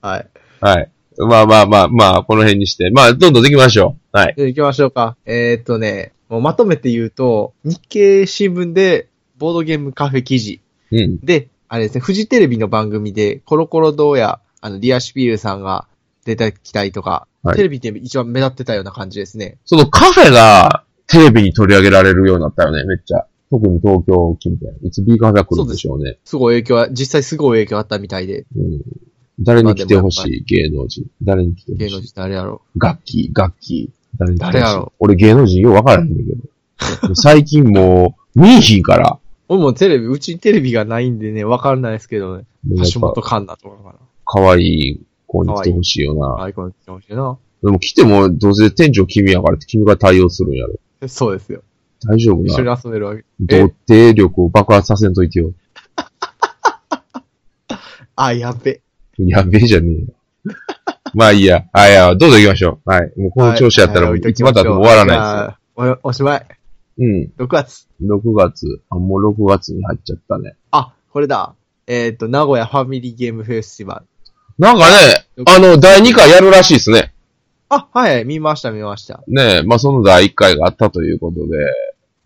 [SPEAKER 2] はい。
[SPEAKER 1] はい。まあまあまあまあ、この辺にして。まあ、どんどんできましょう。はい。
[SPEAKER 2] で行きましょうか。えーっとね、もうまとめて言うと、日経新聞で、ボードゲームカフェ記事。
[SPEAKER 1] うん。
[SPEAKER 2] で、あれですね、フジテレビの番組で、コロコロ堂や、あの、リアシピールさんが出てきたりとか、
[SPEAKER 1] はい
[SPEAKER 2] テレビで一番目立ってたような感じですね。
[SPEAKER 1] そのカフェがテレビに取り上げられるようになったよね、めっちゃ。特に東京近辺。いつ B カフェが来るんでしょうね。
[SPEAKER 2] すごい影響は、実際すごい影響あったみたいで、
[SPEAKER 1] うん。誰に来てほしい芸能人。誰に来てほ
[SPEAKER 2] 芸能
[SPEAKER 1] しい
[SPEAKER 2] 人誰やろ
[SPEAKER 1] 楽器、楽器。誰に来てほしい
[SPEAKER 2] 誰やろ
[SPEAKER 1] 俺芸能人ようわからへんねんけど。最近もう、見えひんから。
[SPEAKER 2] う。俺もテレビ、うちテレビがないんでね、わかんないですけどね。橋本環奈とかか
[SPEAKER 1] かわいい子に来てほしいよ
[SPEAKER 2] な。
[SPEAKER 1] な。
[SPEAKER 2] アイコンしてほしいな。
[SPEAKER 1] でも来ても、どうせ店長君やからって君が対応するんやろ。
[SPEAKER 2] そうですよ。
[SPEAKER 1] 大丈夫
[SPEAKER 2] 一緒に
[SPEAKER 1] な。
[SPEAKER 2] 遊べるわけ。え
[SPEAKER 1] 童貞力を爆発させんといてよ。
[SPEAKER 2] あ、やべ。
[SPEAKER 1] やべえじゃねえよ。 まあいいや。あいや、どうぞ行きましょう。はい。もうこの調子やったらもういつまでたっても終わらない
[SPEAKER 2] いですよ。おおしまい。
[SPEAKER 1] です
[SPEAKER 2] 6月。
[SPEAKER 1] よ。うん。6月。あ、もう6月に入っちゃったね。
[SPEAKER 2] あ、これだ。えっ、と、名古屋ファミリーゲームフェスティバル。
[SPEAKER 1] なんかね、あの、第2回やるらしいですね。
[SPEAKER 2] あ、はい、見ました、見ました。
[SPEAKER 1] ねえ、まあその第1回があったということで、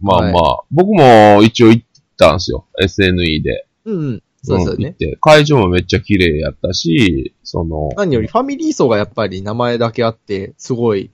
[SPEAKER 1] まあまあ、
[SPEAKER 2] は
[SPEAKER 1] 僕も一応行ったんですよ。SNE で。
[SPEAKER 2] うん、うん。そうですよ
[SPEAKER 1] ん行っ
[SPEAKER 2] ね。
[SPEAKER 1] て会場もめっちゃ綺麗やったし、その、
[SPEAKER 2] 何よりファミリー層がやっぱり名前だけあって、すごい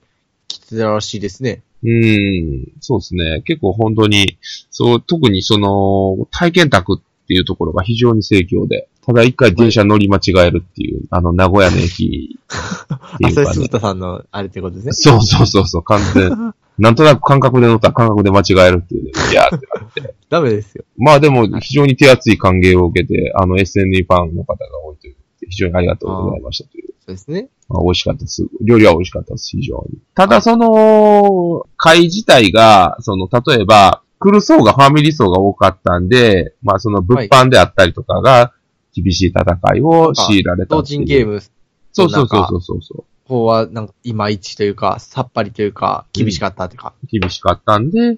[SPEAKER 2] 来てたらしいですね。
[SPEAKER 1] うん、そうですね。結構本当に、そう、特にその、体験宅っていうところが非常に盛況で、ただ一回電車乗り間違えるっていう、あの、名古屋の駅っていう
[SPEAKER 2] 浅井
[SPEAKER 1] か、ね
[SPEAKER 2] 鈴、田さんのあれってことですね。
[SPEAKER 1] そうそうそうそう、完全。なんとなく感覚で乗ったら感覚で間違えるっていうね。いやーってなって。
[SPEAKER 2] ダメですよ。
[SPEAKER 1] まあでも、非常に手厚い歓迎を受けて、あの、SNE ファンの方が多いという、非常にありがとうございましたという。
[SPEAKER 2] そうですね。
[SPEAKER 1] まあ、美味しかったです。料理は美味しかったです、非常に。ただ、その、会自体が、その、例えば、来る層がファミリー層が多かったんで、まあ、その物販であったりとかが、厳しい戦いを強いられた
[SPEAKER 2] 同
[SPEAKER 1] っていう。
[SPEAKER 2] 人ゲー
[SPEAKER 1] ム。
[SPEAKER 2] ム
[SPEAKER 1] そうそうそうそうそう。
[SPEAKER 2] 方は、なんか、いまいちというか、さっぱりというか、厳しかったというか。
[SPEAKER 1] 厳しかったんで、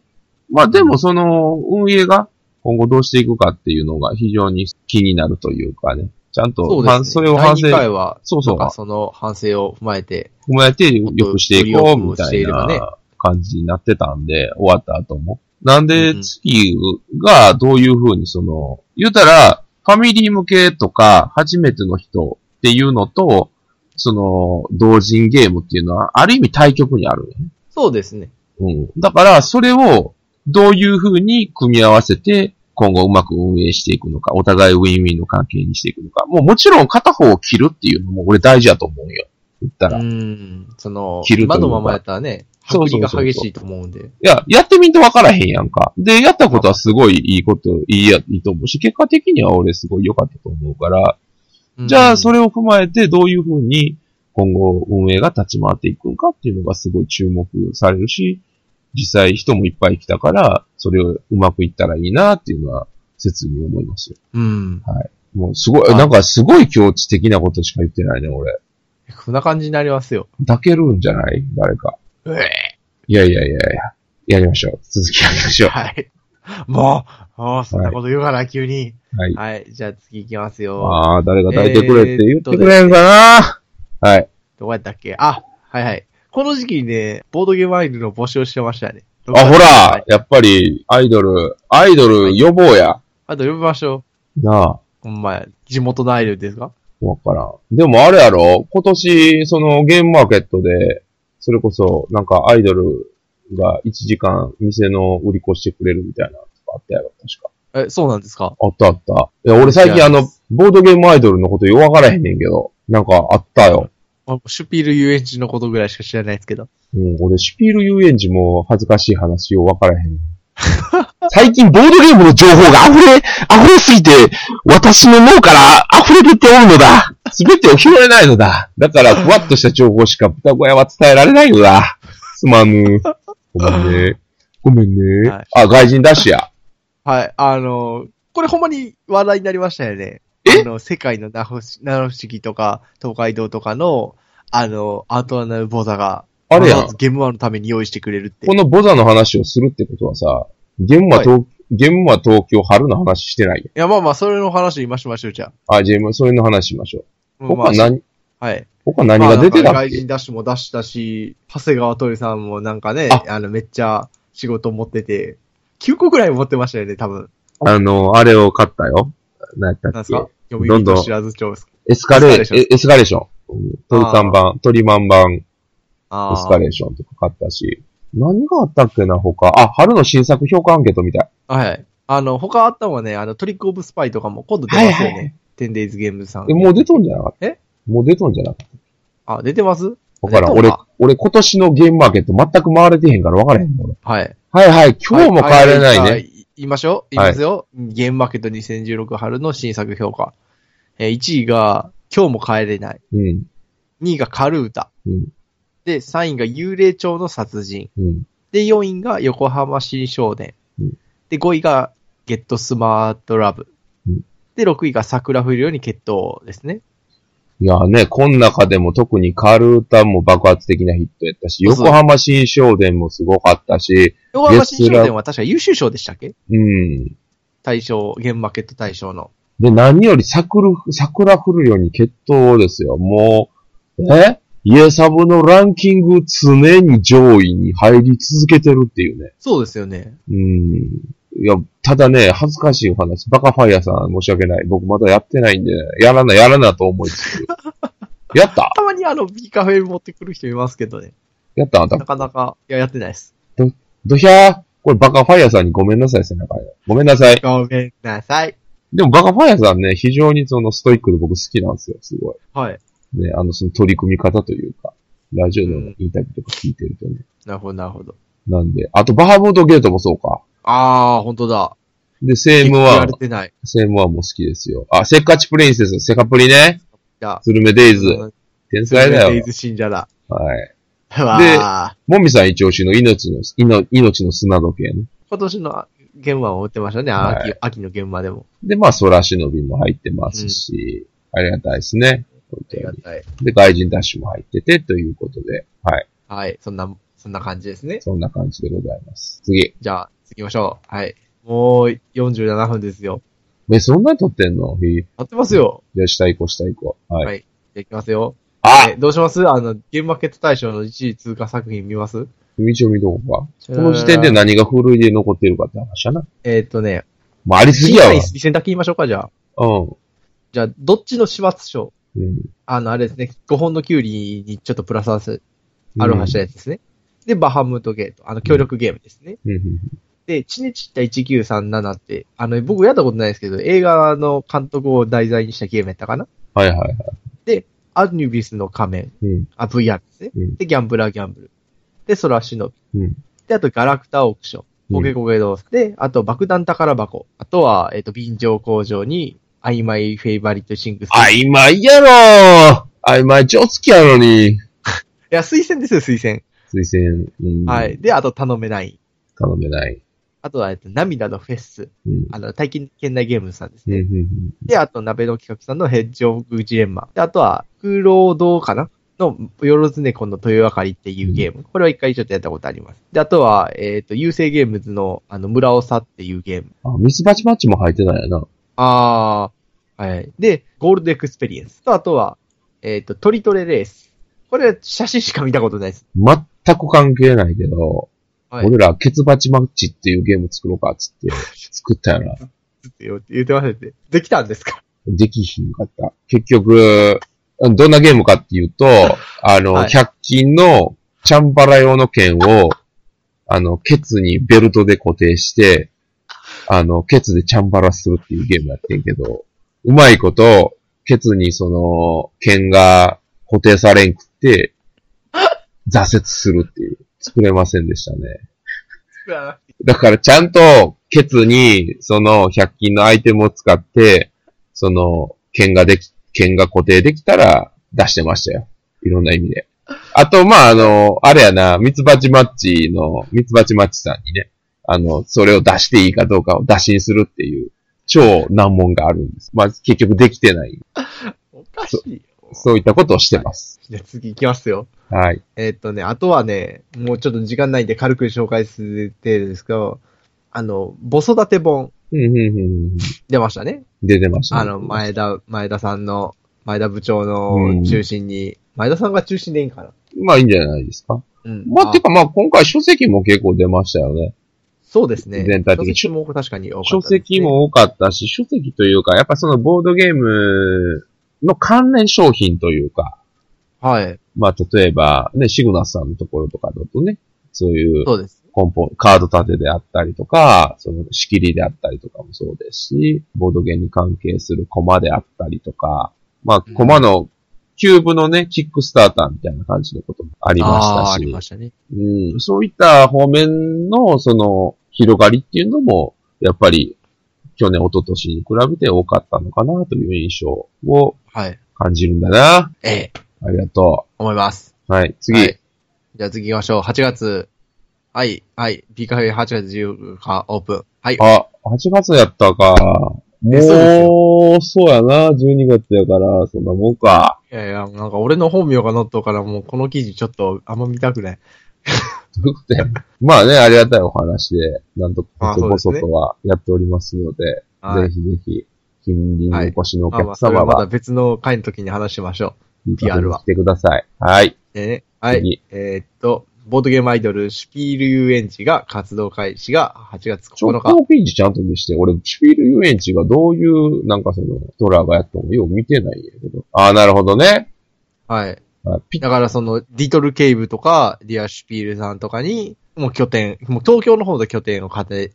[SPEAKER 1] まあ、でも、その、運営が、今後どうしていくかっていうのが非常に気になるというかね。ちゃんと、
[SPEAKER 2] そうですね。
[SPEAKER 1] 反それを反省
[SPEAKER 2] 第2回は、
[SPEAKER 1] そうそう
[SPEAKER 2] なんかその反省を踏まえて、
[SPEAKER 1] 踏まえて良くしていこうみたい
[SPEAKER 2] もっとよくしていれ
[SPEAKER 1] な
[SPEAKER 2] ば
[SPEAKER 1] 感じになってたんで、終わった後も。なんで
[SPEAKER 2] うん
[SPEAKER 1] 次がどういう風にその、言うたら、ファミリー向けとか、初めての人っていうのと、その、同人ゲームっていうのは、ある意味対極にあるよね。
[SPEAKER 2] そうですね。
[SPEAKER 1] うん。だから、それを、どういう風に組み合わせて、今後うまく運営していくのか、お互いウィンウィンの関係にしていくのか。もうもちろん片方を切るっていうのも俺大事だと思うよ。言ったら
[SPEAKER 2] う。ん。その、
[SPEAKER 1] 切るという
[SPEAKER 2] 今
[SPEAKER 1] か
[SPEAKER 2] のままやったらね、
[SPEAKER 1] そうそう
[SPEAKER 2] 剥離
[SPEAKER 1] そう
[SPEAKER 2] が
[SPEAKER 1] そう
[SPEAKER 2] 激しいと思うん
[SPEAKER 1] い
[SPEAKER 2] で。
[SPEAKER 1] や、やってみんと分からへんやんか。で、やったことはすごいいいこと、いいや、いいと思うし、結果的には俺すごい良かったと思うから、じゃあそ
[SPEAKER 2] れ、
[SPEAKER 1] れを踏まえてどういうふうに今後運営が立ち回っていくんかっていうのがすごい注目されるし、実際人もいっぱい来たから、それをうまくいったらいいなっていうのは、切に思いますよ。
[SPEAKER 2] うん。
[SPEAKER 1] もうすごい、
[SPEAKER 2] はい
[SPEAKER 1] なんかすごい境地的なことしか言ってないね、俺。
[SPEAKER 2] こんな感じになりま すよ。
[SPEAKER 1] 抱けるんじゃない誰か。
[SPEAKER 2] うえ
[SPEAKER 1] いやいやいやいや、やりましょう。続きやりましょ
[SPEAKER 2] はい。もう、もうそんなこと言うから、急に。
[SPEAKER 1] う。はい。
[SPEAKER 2] はい。じゃあ次行きますよ。
[SPEAKER 1] ああ、誰が抱いてくれって言ってくれんかな、はい。
[SPEAKER 2] どこやったっけあ、はいはい。この時期にね、ボードゲームアイドルの募集をしてましたね。
[SPEAKER 1] あ、ほ
[SPEAKER 2] は
[SPEAKER 1] ら
[SPEAKER 2] い、
[SPEAKER 1] やっぱり、アイドル、アイドル予防や。
[SPEAKER 2] あと呼びましょ
[SPEAKER 1] なあ、
[SPEAKER 2] う。ほんまや。地元のアイドルですか
[SPEAKER 1] わからん。でもあれやろ今年、そのゲームマーケットで、それこそ、なんかアイドルが1時間店の売り越してくれるみたいなのとかあったやろ確か。
[SPEAKER 2] え、そうなんですか
[SPEAKER 1] あったあった。いや、俺最
[SPEAKER 2] い
[SPEAKER 1] 近
[SPEAKER 2] や
[SPEAKER 1] あの、ボードゲームアイドルのことよくわからへんねんけど、なんかあったよ。
[SPEAKER 2] あシュピール遊園地のことぐらいしか知らないですけど。
[SPEAKER 1] うん、俺、シュピール遊園地も恥ずかしい話を分から へん。最近、ボードゲームの情報が溢れ、溢れすぎて、私の脳から溢れ出ておるのだ。すべてを拾えないのだ。だから、ふわっとした情報しか豚小屋は伝えられないのだ。すまぬ。ごめんね。ごめんね。
[SPEAKER 2] はい
[SPEAKER 1] あ、外人ダッシュや。
[SPEAKER 2] はい。あの、これほんまに話題になりましたよね。
[SPEAKER 1] え
[SPEAKER 2] あの、世界の七不思七不思議とか、東海道とかの、あの、アートアナウボザが、
[SPEAKER 1] あれや
[SPEAKER 2] わざわ
[SPEAKER 1] ん
[SPEAKER 2] ざ。ゲームワンのために用意してくれるって
[SPEAKER 1] こ。のボザの話をするってことはさ、ゲームは東、ゲームは東京春の話してないよ。
[SPEAKER 2] いや、まあまあ、それの話を今しましょう、じゃ
[SPEAKER 1] あ、じゃあ、それの話しましょ
[SPEAKER 2] あ。
[SPEAKER 1] う。
[SPEAKER 2] うんま
[SPEAKER 1] 他
[SPEAKER 2] あ
[SPEAKER 1] 何、
[SPEAKER 2] はい。
[SPEAKER 1] 他何が出てた
[SPEAKER 2] まあなんか
[SPEAKER 1] っ
[SPEAKER 2] 外
[SPEAKER 1] け
[SPEAKER 2] 人ダッシュも出したし、長谷川鳥さんもなんかね、
[SPEAKER 1] あ
[SPEAKER 2] あの、めっちゃ仕事持ってて、9個ぐらい持ってましたよね、多分。
[SPEAKER 1] あの、あれを買ったよ。何やった
[SPEAKER 2] なん
[SPEAKER 1] っ
[SPEAKER 2] すか
[SPEAKER 1] け
[SPEAKER 2] 読
[SPEAKER 1] どん
[SPEAKER 2] 売
[SPEAKER 1] どん
[SPEAKER 2] と知らず帳ですか
[SPEAKER 1] エスカレーション、
[SPEAKER 2] エ
[SPEAKER 1] えエスカレーション。うん鳥看板、鳥マン版、エ
[SPEAKER 2] あ
[SPEAKER 1] スカレーションとか買ったし。何があったっけな、他。あ、春の新作評価アンケートみたい。
[SPEAKER 2] あ。はい。あの、他あったもんね、あの、トリックオブスパイとかも今度出ますよ
[SPEAKER 1] はいはいは
[SPEAKER 2] ね。テンデイズゲームズさん
[SPEAKER 1] え、。もう出とんじゃなかった
[SPEAKER 2] え
[SPEAKER 1] もう出とんじゃなかっ
[SPEAKER 2] あ、出てます
[SPEAKER 1] たわからん。
[SPEAKER 2] 出とん
[SPEAKER 1] 俺
[SPEAKER 2] か、
[SPEAKER 1] 俺今年のゲームマーケット全く回れてへんから分からへんの。俺
[SPEAKER 2] はい。
[SPEAKER 1] はいはい、今日も
[SPEAKER 2] は
[SPEAKER 1] 帰れない
[SPEAKER 2] は
[SPEAKER 1] ね。
[SPEAKER 2] いじゃあ言いましょう。言いますよ。ゲームマーケット2016春の新作評価。えー、1位が、今日も帰れない。
[SPEAKER 1] うん、
[SPEAKER 2] 2位が、カルータ。
[SPEAKER 1] うん、
[SPEAKER 2] で、3位が、幽霊町の殺人。
[SPEAKER 1] うん。
[SPEAKER 2] で、4位が横浜新少年。
[SPEAKER 1] うん
[SPEAKER 2] で、5位がゲットスマートラブ。
[SPEAKER 1] うん
[SPEAKER 2] で、6位が桜降るように決闘ですね。
[SPEAKER 1] いやね、こん中でも特にカルータも爆発的なヒットやったし、
[SPEAKER 2] そうそう
[SPEAKER 1] 横浜新商店もすごかったし、
[SPEAKER 2] 横浜新少年は確か優秀賞でしたっけ
[SPEAKER 1] うん。
[SPEAKER 2] 大賞、ゲームマーケット大賞の。
[SPEAKER 1] で、何より桜、桜降るように決闘ですよ。もう、えイエサブのランキング常に上位に入り続けてるっていうね。
[SPEAKER 2] そうですよね。
[SPEAKER 1] うん。いや、ただね、恥ずかしいお話。バカファイヤーさん申し訳ない。僕まだやってないんで、やらな、やらなと思いつ つ。やった
[SPEAKER 2] たまにあの、B カフェ持ってくる人いますけどね。
[SPEAKER 1] やったあんた
[SPEAKER 2] な。かなか、いや、やってないです。
[SPEAKER 1] ドヒャーこれバカファイヤーさんにごめんなさい、背中で。ごめんなさい。
[SPEAKER 2] ごめんなさい。
[SPEAKER 1] でもバカファイヤーさんね、非常にそのストイックで僕好きなんですよ、すごい。
[SPEAKER 2] はい。
[SPEAKER 1] ね、あの、その取り組み方というか、ラジオのインタビューとか聞いてるとね。
[SPEAKER 2] なるほど、なるほど。
[SPEAKER 1] なんで、あと、バハボードゲートもそうか。
[SPEAKER 2] あー、本当だ。
[SPEAKER 1] で、セーム
[SPEAKER 2] 言
[SPEAKER 1] ワ
[SPEAKER 2] わ
[SPEAKER 1] ン
[SPEAKER 2] れ、てない。
[SPEAKER 1] セームワンも好きですよ。あ、せっかちプリンセス、セカプリね。
[SPEAKER 2] じゃあ、
[SPEAKER 1] スルメデイズ。
[SPEAKER 2] うん
[SPEAKER 1] 天
[SPEAKER 2] スレ
[SPEAKER 1] 才だ
[SPEAKER 2] デイ
[SPEAKER 1] よ。
[SPEAKER 2] ズ信者だ。
[SPEAKER 1] はい。
[SPEAKER 2] わー
[SPEAKER 1] もみさん一押しの命の、いの命の砂時計ね。
[SPEAKER 2] 今年のゲームマンを売ってましたね、
[SPEAKER 1] はい
[SPEAKER 2] 秋秋のゲームマンでも。
[SPEAKER 1] で、まあ、空忍びも入ってますし、ありがたいですね。本
[SPEAKER 2] あり
[SPEAKER 1] 当
[SPEAKER 2] が
[SPEAKER 1] に。
[SPEAKER 2] たい。
[SPEAKER 1] で、外人ダッシュも入ってて、ということで、はい。
[SPEAKER 2] はい。そんな、そんな感じですね。
[SPEAKER 1] そんな感じでございます。次。
[SPEAKER 2] じゃあ、次行きましょう。はい。もう47分ですよ。
[SPEAKER 1] え、そんな撮ってんのいい
[SPEAKER 2] やってますよ。
[SPEAKER 1] じゃあ、下行こう、下行こう。はい。
[SPEAKER 2] はいじゃあ行きますよ。
[SPEAKER 1] あ
[SPEAKER 2] えどうしますあの、ゲームマーケット大賞の1位通過作品見ます
[SPEAKER 1] みちを見とこうか。
[SPEAKER 2] こ
[SPEAKER 1] この時点で何が古いで残ってるかって話やな。
[SPEAKER 2] えーっとね、
[SPEAKER 1] まあ、ありすぎや
[SPEAKER 2] 1
[SPEAKER 1] わ
[SPEAKER 2] 位。2選だけ言いましょうか、じゃあ。
[SPEAKER 1] う
[SPEAKER 2] じゃあ、どっちの始末賞
[SPEAKER 1] ん。うん。
[SPEAKER 2] あの、あれですね、5本のキュウリにちょっとプラスアルファしたやつですね。で、バハムートゲート、あの、協力ゲームですね。
[SPEAKER 1] うんうん。
[SPEAKER 2] で、チネチッタ1937って、あの、僕やったことないですけど、映画の監督を題材にしたゲームやったかな
[SPEAKER 1] はいはいはい。
[SPEAKER 2] アニュビスの仮面、
[SPEAKER 1] うん。
[SPEAKER 2] あ、VR ですね。
[SPEAKER 1] うん
[SPEAKER 2] で、ギャンブラーギャンブル。で、空忍び。
[SPEAKER 1] うん。
[SPEAKER 2] で、あと、ガラクタオークション。ポケコケ動作。で、あと、爆弾宝箱。あとは、えっ、と、便乗工場に、曖昧フェイバリットシングス。い
[SPEAKER 1] 曖昧やろ曖昧上付きやのに。
[SPEAKER 2] や、推薦ですよ、推薦。
[SPEAKER 1] 推薦、うん。
[SPEAKER 2] はい。。で、あと、頼めない。
[SPEAKER 1] 頼めない。
[SPEAKER 2] あとは、えっ、と、涙のフェス。
[SPEAKER 1] うん。
[SPEAKER 2] あの、体験圏内ゲームさんです
[SPEAKER 1] うん
[SPEAKER 2] ね。
[SPEAKER 1] うんうん。
[SPEAKER 2] で、あと、鍋の企画さんのヘッジオブジレンマ。で、あとは、クロードかなの、よろずねこの豊明かりっていうゲーム。これは一回ちょっとやったことあります。で、あとは、えっ、と、優勢ゲームズの、あの、村尾さっていうゲーム。
[SPEAKER 1] あ、ミスバチバチも入ってないやな。
[SPEAKER 2] ああ、はい。で、ゴールドエクスペリエンスと、あとは、えっ、と、トリトレレース。これ、写真しか見たことないです。
[SPEAKER 1] 全く関係ないけど、
[SPEAKER 2] はい。
[SPEAKER 1] 俺らケツバチマッチっていうゲーム作ろうかっつって、作ったよな。
[SPEAKER 2] って言ってましたって。できたんです か
[SPEAKER 1] できひんかった。結局、どんなゲームかっていうと、あの、
[SPEAKER 2] はい
[SPEAKER 1] 100均のチャンバラ用の剣を、あの、ケツにベルトで固定して、あの、ケツでチャンバラするっていうゲームやってんけど、うまいこと、ケツにその、剣が固定されんくって、挫折するっていう、作れませんでしたね。だからちゃんと、ケツに、その、100均のアイテムを使って、その、剣ができ、剣が固定できたら、出してましたよ。いろんな意味で。あと、まあ、あの、あれやな、ミツバチマッチの、ミツバチマッチさんにね、あの、それを出していいかどうかを打診するっていう、超難問があるんです。まあ、結局できてない。
[SPEAKER 2] おかしいよ。
[SPEAKER 1] そういったことをしてます。
[SPEAKER 2] じゃあ次行きますよ。
[SPEAKER 1] はい。
[SPEAKER 2] えーっとね、あとはね、もうちょっと時間ないんで軽く紹介する程度ですけど、あの、母育て本
[SPEAKER 1] うんうんうんうん
[SPEAKER 2] 出ましたね。
[SPEAKER 1] 出てました、
[SPEAKER 2] あの、前田、前田さんの、前田部長の中心に、前田さんが中心でいいんかな。
[SPEAKER 1] まあ、いいんじゃないですか。
[SPEAKER 2] うん。
[SPEAKER 1] まあ、てか、まあ、今回書籍も結構出ましたよね。
[SPEAKER 2] そうですね。
[SPEAKER 1] 全体的に
[SPEAKER 2] 書籍も確かに多かった
[SPEAKER 1] 書
[SPEAKER 2] ですね
[SPEAKER 1] 籍。も多かったし、書籍というか、やっぱそのボードゲームの関連商品というか、
[SPEAKER 2] はい。
[SPEAKER 1] まあ例えば、ね、シグナスさんのところとかだとね、そういう
[SPEAKER 2] そうです。
[SPEAKER 1] コンポ、カード立てであったりとか、その仕切りであったりとかもそうですし、ボードゲームに関係するコマであったりとか、まあ
[SPEAKER 2] うん
[SPEAKER 1] コマの、キューブのね、キックスターターみたいな感じのこともありました
[SPEAKER 2] あー
[SPEAKER 1] し。
[SPEAKER 2] ありましたね。
[SPEAKER 1] うん、そういった方面の、その、広がりっていうのも、やっぱり、去年、一昨年に比べて多かったのかなという印象を
[SPEAKER 2] はい。
[SPEAKER 1] 感じるんだな。
[SPEAKER 2] ええ、
[SPEAKER 1] ありがと
[SPEAKER 2] 思います。
[SPEAKER 1] う。はい、次。
[SPEAKER 2] はい。じゃあ次行きましょう。8月。はい、はい。ピーカフェ8月14日オープン。はい。
[SPEAKER 1] あ、8月やったか。も
[SPEAKER 2] えそうですよ
[SPEAKER 1] う、そうやな、12月やから、そんなもんか。
[SPEAKER 2] いやいや、なんか俺の本名が載っとうからもうこの記事ちょっとあんま見たくない。
[SPEAKER 1] ということでまあね、ありがたいお話で、なんと、
[SPEAKER 2] あ
[SPEAKER 1] こ
[SPEAKER 2] そ
[SPEAKER 1] そ
[SPEAKER 2] うで
[SPEAKER 1] こ
[SPEAKER 2] す
[SPEAKER 1] そ
[SPEAKER 2] ね
[SPEAKER 1] とはやっておりますので、
[SPEAKER 2] はい。
[SPEAKER 1] ぜひぜひ、近隣にお越しのお
[SPEAKER 2] まあまあ、
[SPEAKER 1] 客
[SPEAKER 2] それ
[SPEAKER 1] 様
[SPEAKER 2] はま
[SPEAKER 1] は
[SPEAKER 2] た、別の回の時に話しましょ
[SPEAKER 1] いいカフェ
[SPEAKER 2] PR
[SPEAKER 1] に
[SPEAKER 2] は
[SPEAKER 1] 来てください。はい。
[SPEAKER 2] う。でね。はい。
[SPEAKER 1] 次。
[SPEAKER 2] えーっと、ボードゲームアイドル、シュピール遊園地が活動開始が8月
[SPEAKER 1] ちょ
[SPEAKER 2] 9
[SPEAKER 1] っと
[SPEAKER 2] 日。
[SPEAKER 1] ページちゃんと見して、俺、シュピール遊園地がどういう、なんかその、ドラがやったのかよう見てないんやけど。ああ、なるほどね。
[SPEAKER 2] はい。
[SPEAKER 1] あピッ
[SPEAKER 2] だからその、リトルケイブとか、ディアシュピールさんとかに、もう拠点、もう東京の方で拠点をかて、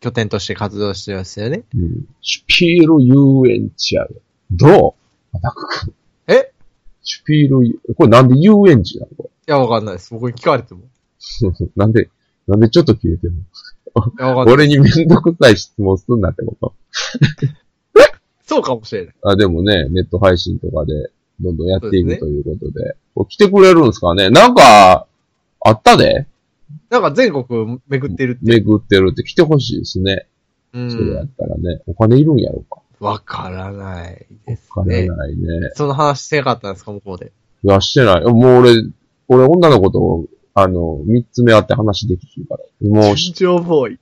[SPEAKER 2] 拠点として活動してますよね。
[SPEAKER 1] うん、シュピール遊園地やで。どうアタック君
[SPEAKER 2] え
[SPEAKER 1] シュピール遊、これなんで遊園地なのこ
[SPEAKER 2] いや、わかんないです。僕に聞かれても。
[SPEAKER 1] れ。なんで、なんでちょっと消えてるの
[SPEAKER 2] いや、わかんない。
[SPEAKER 1] 俺にめんどくさい質問すんなってこ
[SPEAKER 2] そうかもしれない。
[SPEAKER 1] と。あ、でもね、ネット配信とかで、どんどんやってい
[SPEAKER 2] そう
[SPEAKER 1] く
[SPEAKER 2] ですね
[SPEAKER 1] ということで。これ来てくれるんですかねなんか、あったで
[SPEAKER 2] なんか全国巡ってるって。
[SPEAKER 1] 巡ってるって来てほしいですね。
[SPEAKER 2] う
[SPEAKER 1] それやっ
[SPEAKER 2] ん。
[SPEAKER 1] たらね、お金いるんやろうか。
[SPEAKER 2] わからないです
[SPEAKER 1] お金
[SPEAKER 2] ね。
[SPEAKER 1] ないね。
[SPEAKER 2] その話してなかったんですか、向こうで。
[SPEAKER 1] いや、してない。もう俺、俺女の子と、あの、三つ目あって話できひんから。もう し、
[SPEAKER 2] 張ボーイ。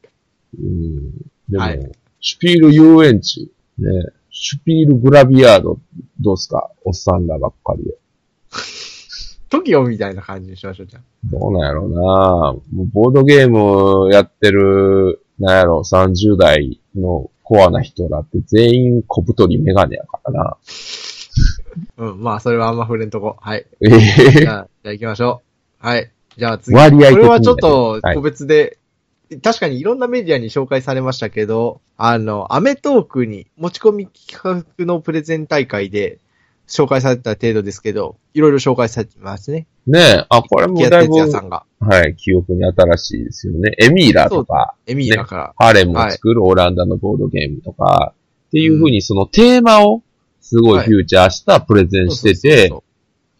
[SPEAKER 1] うん。でも、
[SPEAKER 2] はい
[SPEAKER 1] シュピール遊園地、ね、シュピールグラビアード、どうすかおっさんらばっかりで。
[SPEAKER 2] トキオみたいな感じにしましょう、じゃあ。
[SPEAKER 1] どうなんやろうなもうボードゲームやってる、なんやろ、30代のコアな人らって全員小太りメガネやからな。
[SPEAKER 2] うん、まあ、それはあんま触れんとこ。 はい。
[SPEAKER 1] え
[SPEAKER 2] じ
[SPEAKER 1] え
[SPEAKER 2] ゃあ、じゃあ行きましょう。はい。じゃあ次。こ
[SPEAKER 1] 割合的にね
[SPEAKER 2] れはちょっと
[SPEAKER 1] はい
[SPEAKER 2] 個別で、確かにいろんなメディアに紹介されましたけど、あの、アメトークに持ち込み企画のプレゼン大会で紹介された程度ですけど、いろいろ紹介されてますね。
[SPEAKER 1] ねえ、あ、これも
[SPEAKER 2] 木屋
[SPEAKER 1] だい
[SPEAKER 2] 哲
[SPEAKER 1] ぶ、
[SPEAKER 2] 也さんが、
[SPEAKER 1] はい、記憶に新しいですよね。エミーラとか、
[SPEAKER 2] エミーだから、
[SPEAKER 1] ハーレムを作るオランダのボードゲームとか、っていうふうにそのテーマをすごいフューチャーしたプレゼンしてて
[SPEAKER 2] そうそうそう、そう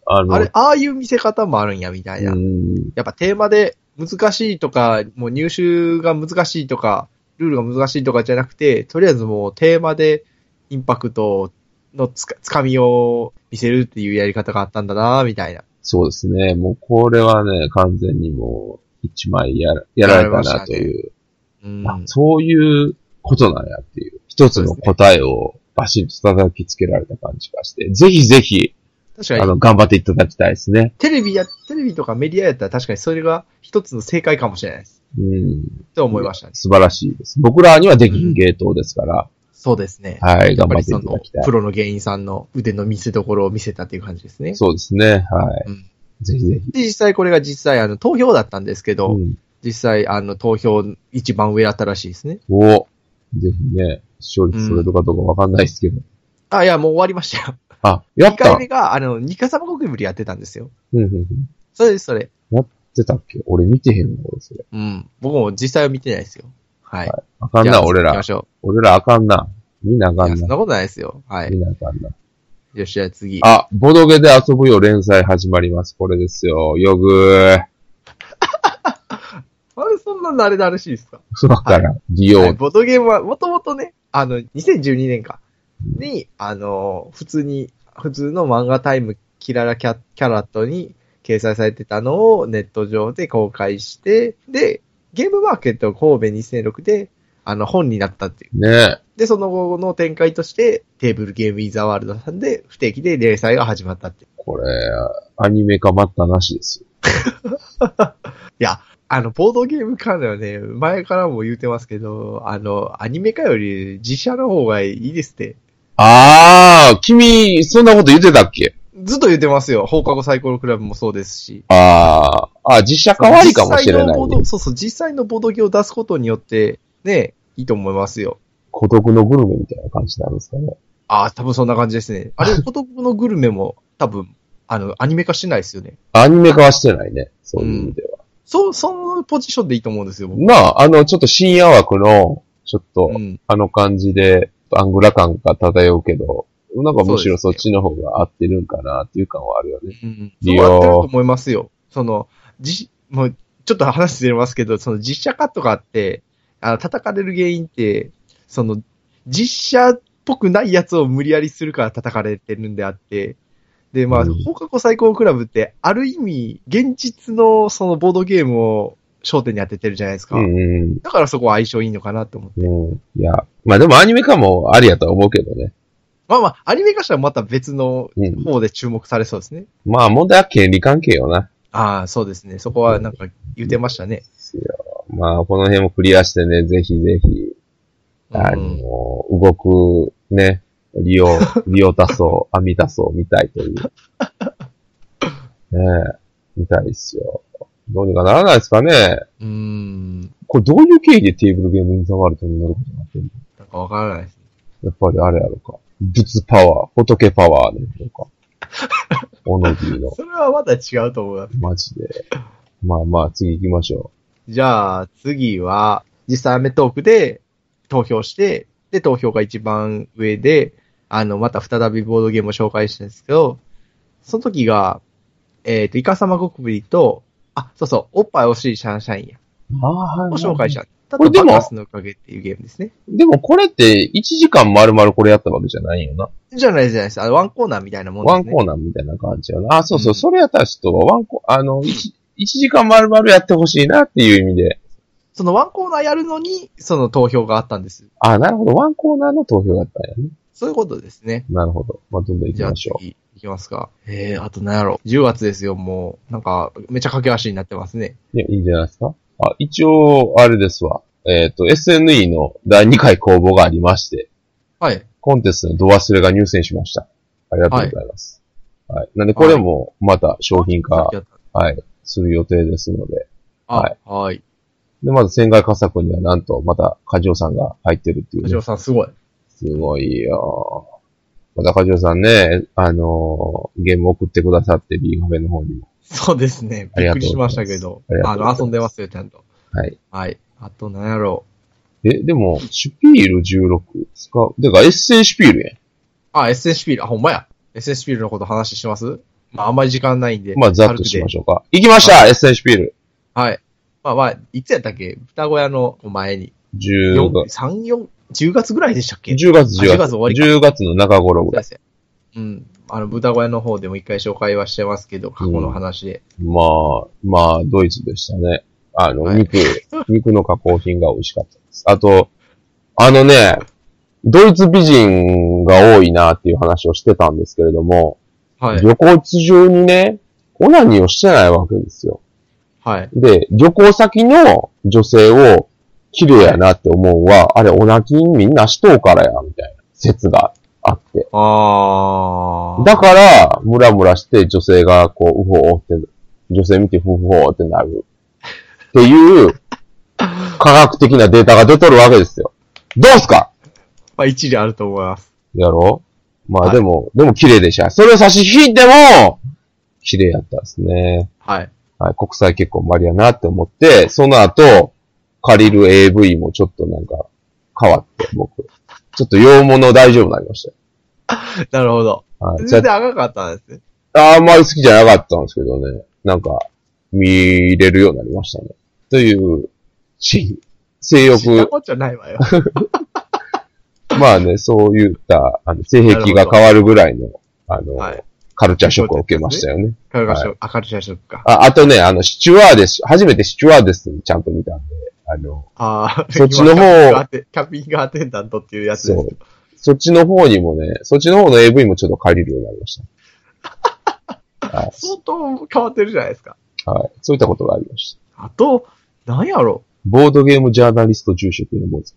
[SPEAKER 1] あの、
[SPEAKER 2] あれ、ああいう見せ方もあるんや、みたいな。
[SPEAKER 1] うん、
[SPEAKER 2] やっぱテーマで難しいとか、もう入手が難しいとか、ルールが難しいとかじゃなくて、とりあえずもうテーマでインパクトのつかつかみを見せるっていうやり方があったんだなみたいな。
[SPEAKER 1] そうですね。もうこれはね、完全にもう一枚やらやられたなという、
[SPEAKER 2] うん。
[SPEAKER 1] あ、そういうことなんやっていう、一つの答えをバシッと叩きつけられた感じがして、ぜひぜひ、
[SPEAKER 2] 確か
[SPEAKER 1] あ
[SPEAKER 2] に、
[SPEAKER 1] の、頑張っていただきたいですね。
[SPEAKER 2] テレビや、テレビとかメディアやったら確かにそれが一つの正解かもしれないです。
[SPEAKER 1] うん。
[SPEAKER 2] と思いましたね。
[SPEAKER 1] 素晴らしいです。僕らにはできる芸当ですから、
[SPEAKER 2] そうですね。
[SPEAKER 1] はい、
[SPEAKER 2] やっ
[SPEAKER 1] 頑
[SPEAKER 2] ぱ
[SPEAKER 1] 張
[SPEAKER 2] り
[SPEAKER 1] ってい
[SPEAKER 2] そ
[SPEAKER 1] ただ
[SPEAKER 2] の
[SPEAKER 1] きたい
[SPEAKER 2] プ。ロの芸人さんの腕の見せ所を見せたっていう感じですね。
[SPEAKER 1] そうですね、はい。
[SPEAKER 2] うん
[SPEAKER 1] ぜひぜひ。
[SPEAKER 2] で、実際これが実際あの投票だったんですけ
[SPEAKER 1] う
[SPEAKER 2] ど、
[SPEAKER 1] ん
[SPEAKER 2] 実際あの投票一番上だったらしいですね。
[SPEAKER 1] おぜひね、視聴率それとかどうかわかんないですけど。
[SPEAKER 2] あ、いや、もう終わりましたよ。
[SPEAKER 1] あ、やっ
[SPEAKER 2] 2回
[SPEAKER 1] た
[SPEAKER 2] 目が、あの、ニカサマ国ぶりやってたんですよ。
[SPEAKER 1] うんうんうん。
[SPEAKER 2] それです、それ。
[SPEAKER 1] 出たっけ俺見てへんの俺それ。
[SPEAKER 2] うん。僕も実際は見てないですよ。はい。
[SPEAKER 1] あかん
[SPEAKER 2] じゃ
[SPEAKER 1] な、
[SPEAKER 2] あ
[SPEAKER 1] 俺
[SPEAKER 2] 行き
[SPEAKER 1] ら
[SPEAKER 2] ま。しょ
[SPEAKER 1] 俺らあかんな。みんなあ
[SPEAKER 2] う。
[SPEAKER 1] か
[SPEAKER 2] いや、
[SPEAKER 1] ん
[SPEAKER 2] そん
[SPEAKER 1] な。
[SPEAKER 2] なことないですよ。はい
[SPEAKER 1] み。んなあかんな。
[SPEAKER 2] よし、じゃあ次。
[SPEAKER 1] あ、ボドゲで遊ぶよ連載始まります。これですよ。よぐ
[SPEAKER 2] あれ、そんなのあれだらしいですか
[SPEAKER 1] ー。わからん。リオ
[SPEAKER 2] はい、
[SPEAKER 1] ー。
[SPEAKER 2] ボードゲームは、もともとね、あの、2012年か。に、あの、普通に、普通の漫画タイムキララキャキャラットに掲載されてたのをネット上で公開して、で、ゲームマーケット神戸2006で、あの、本になったっていう。
[SPEAKER 1] ね
[SPEAKER 2] で、その後の展開として、テーブルゲームインザワールドさんで、不定期で連載が始まったっていう。
[SPEAKER 1] これ、アニメ化待ったなしですよ。
[SPEAKER 2] あの、ボードゲーム関連はね、前からも言うてますけど、あの、アニメ化より実写の方がいいですって。
[SPEAKER 1] あー、君、そんなこと言ってたっけ
[SPEAKER 2] ずっと言ってますよ。放課後サイコロクラブもそうですし。
[SPEAKER 1] あー、あ、実写化わりかもしれ
[SPEAKER 2] 実際
[SPEAKER 1] な
[SPEAKER 2] のボ
[SPEAKER 1] い、
[SPEAKER 2] ー
[SPEAKER 1] ね
[SPEAKER 2] ド。そうそう、実際のボードゲを出すことによって、ね、いいと思いますよ。
[SPEAKER 1] 孤独のグルメみたいな感じなんですかね。
[SPEAKER 2] ああ、多分そんな感じですね。あ れ、孤独のグルメも、多分、あの、アニメ化してないですよね。
[SPEAKER 1] アニメ化はしてないね。そういう意味では。
[SPEAKER 2] そう、そのポジションでいいと思うんですよ、僕。
[SPEAKER 1] まあ、あの、ちょっと深夜枠の、ちょっと、
[SPEAKER 2] うん。
[SPEAKER 1] あの感じで、アングラ感が漂うけど、なんかむしろそ
[SPEAKER 2] そう
[SPEAKER 1] っ
[SPEAKER 2] です
[SPEAKER 1] ちの方が合ってるんかなっていう感はあるよね。
[SPEAKER 2] うん。
[SPEAKER 1] い
[SPEAKER 2] そう
[SPEAKER 1] や
[SPEAKER 2] なってると思いますよ。その、じ、もう、ちょっと話ずれますけど、その実写化とかって、あの、叩かれる原因って、その、実写っぽくないやつを無理やりするから叩かれてるんであって、で、まあ、
[SPEAKER 1] うん
[SPEAKER 2] 放課後最高クラブって、ある意味、現実のそのボードゲームを焦点に当ててるじゃないですか。
[SPEAKER 1] うんうん
[SPEAKER 2] だからそこは相性いいのかなと思って。
[SPEAKER 1] うん。うん。いや、まあでもアニメ化もありやとは思うけどね。
[SPEAKER 2] まあまあ、アニメ化したらまた別の
[SPEAKER 1] うん。
[SPEAKER 2] 方で注目されそうですね。
[SPEAKER 1] まあ問題は権利関係よな。
[SPEAKER 2] ああ、そうですね。そこはなんか言ってましたね。
[SPEAKER 1] ですよまあこの辺もクリアしてね、ぜひぜひ、あ
[SPEAKER 2] う
[SPEAKER 1] の、
[SPEAKER 2] ん
[SPEAKER 1] 動く、ね、リ オ、リオ多層、アミ多層見たいという。ねえ、見たいですよ。どうにかならないですかね。
[SPEAKER 2] うーん。
[SPEAKER 1] これどういう経緯でテーブルゲームインザワールドになることになってるの
[SPEAKER 2] なんかわからないです。
[SPEAKER 1] やっぱりあれやろか。仏パワー、仏パワーね、とか。 オノギーの、
[SPEAKER 2] それはまた違うと思う。
[SPEAKER 1] マジで。まあまあ、次行きましょ
[SPEAKER 2] じゃあ、次は、実際アメトークで投票して、で、投票が一番上で、あの、また再びボードゲームを紹介したんですけど、その時が、えっ、と、イカサマ国ぶりと、あ、そうそう、おっぱい惜しいシャンシャインや。
[SPEAKER 1] う。ああ、は
[SPEAKER 2] を紹介した。た
[SPEAKER 1] これ
[SPEAKER 2] だ、
[SPEAKER 1] でも
[SPEAKER 2] バカスのおかげっていうゲームですね。
[SPEAKER 1] でもこれって、1時間丸々これやったわけじゃないよな。
[SPEAKER 2] じゃないですじゃないです。あの、ワンコーナーみたいなもんです
[SPEAKER 1] ワ
[SPEAKER 2] ね。
[SPEAKER 1] ンコーナーみたいな感じよな。あ、そうそう、
[SPEAKER 2] うん
[SPEAKER 1] それやったらちょっと、ワンコ、あの、1, 時間丸々やってほしいなっていう意味で。
[SPEAKER 2] そのワンコーナーやるのに、その投票があったんです。
[SPEAKER 1] あ、なるほど。ワンコーナーの投票だったんやね。
[SPEAKER 2] そういうことですね。
[SPEAKER 1] なるほど。まあ、どんどん行
[SPEAKER 2] じ
[SPEAKER 1] き
[SPEAKER 2] ゃあ
[SPEAKER 1] ましょう。
[SPEAKER 2] 次、いきますか。えー、あと何やろ。10月ですよ、もう。なんか、めちゃ駆け足になってますね。
[SPEAKER 1] いや、いいんじゃないですか。あ、一応、あれですわ。えっ、と、SNE の第2回公募がありまして、
[SPEAKER 2] はい。
[SPEAKER 1] コンテストのド忘れが入選しました。ありがとうございます。はい。なんで、これも、また商品
[SPEAKER 2] さっ
[SPEAKER 1] 化
[SPEAKER 2] き、やった
[SPEAKER 1] はい、する予定ですので。は
[SPEAKER 2] あ、はい。
[SPEAKER 1] で、まず、仙外佳作には、なんと、また、カジオさんが入ってるっていう、
[SPEAKER 2] カジ
[SPEAKER 1] ね
[SPEAKER 2] オ。さんすごい。
[SPEAKER 1] すごいよまた、カジオさんね、あのーゲーム送ってくださって、B カフェの方にも。
[SPEAKER 2] そうですね。
[SPEAKER 1] あり
[SPEAKER 2] び
[SPEAKER 1] が
[SPEAKER 2] っ
[SPEAKER 1] とう
[SPEAKER 2] くりし
[SPEAKER 1] ご
[SPEAKER 2] ま
[SPEAKER 1] ざいます
[SPEAKER 2] したけど
[SPEAKER 1] あり。がと
[SPEAKER 2] あ
[SPEAKER 1] うございま
[SPEAKER 2] の、
[SPEAKER 1] す
[SPEAKER 2] 遊んでますよ、ちゃんと。
[SPEAKER 1] はい。
[SPEAKER 2] はい。あと何やろ。
[SPEAKER 1] え、でも、シュピール16使う。てか、エッセイシュピールやん。
[SPEAKER 2] あ、エッセンシュピール。あ、ほんまや。エッセンシュピールのこと話しますまあ、あんまり時間ないんで。
[SPEAKER 1] まあ、ざっとしま
[SPEAKER 2] し
[SPEAKER 1] しょうか。行きました、エッセンシュピール。
[SPEAKER 2] はい。まあまあ、いつやったっけ双子屋の前に。
[SPEAKER 1] 10
[SPEAKER 2] 4
[SPEAKER 1] 月、
[SPEAKER 2] 3、4、10月ぐらいでしたっけ
[SPEAKER 1] 10月、
[SPEAKER 2] あ
[SPEAKER 1] 10
[SPEAKER 2] 10月
[SPEAKER 1] 月。
[SPEAKER 2] 終わりか
[SPEAKER 1] 10月の中頃ぐらい。
[SPEAKER 2] そうですねうん。あの、豚小屋の方でも一回紹介はしてますけど、過去の話で。
[SPEAKER 1] まあ、まあ、ドイツでしたね。あの、
[SPEAKER 2] はい
[SPEAKER 1] 肉、肉の加工品が美味しかったです。あと、あのね、ドイツ美人が多いなっていう話をしてたんですけれども、
[SPEAKER 2] はい。
[SPEAKER 1] 旅行中にね、オナニーをしてないわけですよ。
[SPEAKER 2] はい。
[SPEAKER 1] で、旅行先の女性を綺麗やなって思うは、あれ、オナキンみんなしとうからや、みたいな説があって。
[SPEAKER 2] あー。
[SPEAKER 1] だから、ムラムラして女性がこう、うほーって、女性見てうほーってなる。っていう、科学的なデータが出とるわけですよ。どうすか
[SPEAKER 2] まあ一理あると思います。
[SPEAKER 1] やろま
[SPEAKER 2] は
[SPEAKER 1] あ
[SPEAKER 2] い
[SPEAKER 1] でも、でも綺麗でした。それを差し引いても、綺麗やったんですね。
[SPEAKER 2] はい。
[SPEAKER 1] はい、国際結婚もありやなって思って、その後、借りる AV もちょっとなんか、変わって、僕。ちょっと洋物大丈夫になりましたよ。
[SPEAKER 2] なるほど。
[SPEAKER 1] はい。
[SPEAKER 2] 全
[SPEAKER 1] ちょ
[SPEAKER 2] 然赤かったんですね。
[SPEAKER 1] あんまり好きじゃなかったんですけどね。なんか、見れるようになりましたね。という、し性
[SPEAKER 2] 知った
[SPEAKER 1] 欲、
[SPEAKER 2] こっちゃないわよ。
[SPEAKER 1] まあね、そういった、あの、性癖が変わるぐらいの、あの、
[SPEAKER 2] はい。
[SPEAKER 1] カルチャーショックを受けましたよね。
[SPEAKER 2] カルガショ、あ、カルシャショックか。
[SPEAKER 1] ああとね、あの、シチュワーデス、初めてシチュワーデスにちゃんと見たんで、あの、
[SPEAKER 2] あー。
[SPEAKER 1] そっちの方
[SPEAKER 2] 今キャピングアテンダントっていうやつです
[SPEAKER 1] そう。そっちの方にもね、そっちの方の AV もちょっと借りるようになりまし
[SPEAKER 2] 相当変わってるじゃないですか。
[SPEAKER 1] た。はい。そういったことがありました。
[SPEAKER 2] あと、なんやろ
[SPEAKER 1] ボードゲームジャーナリスト住職のもつ。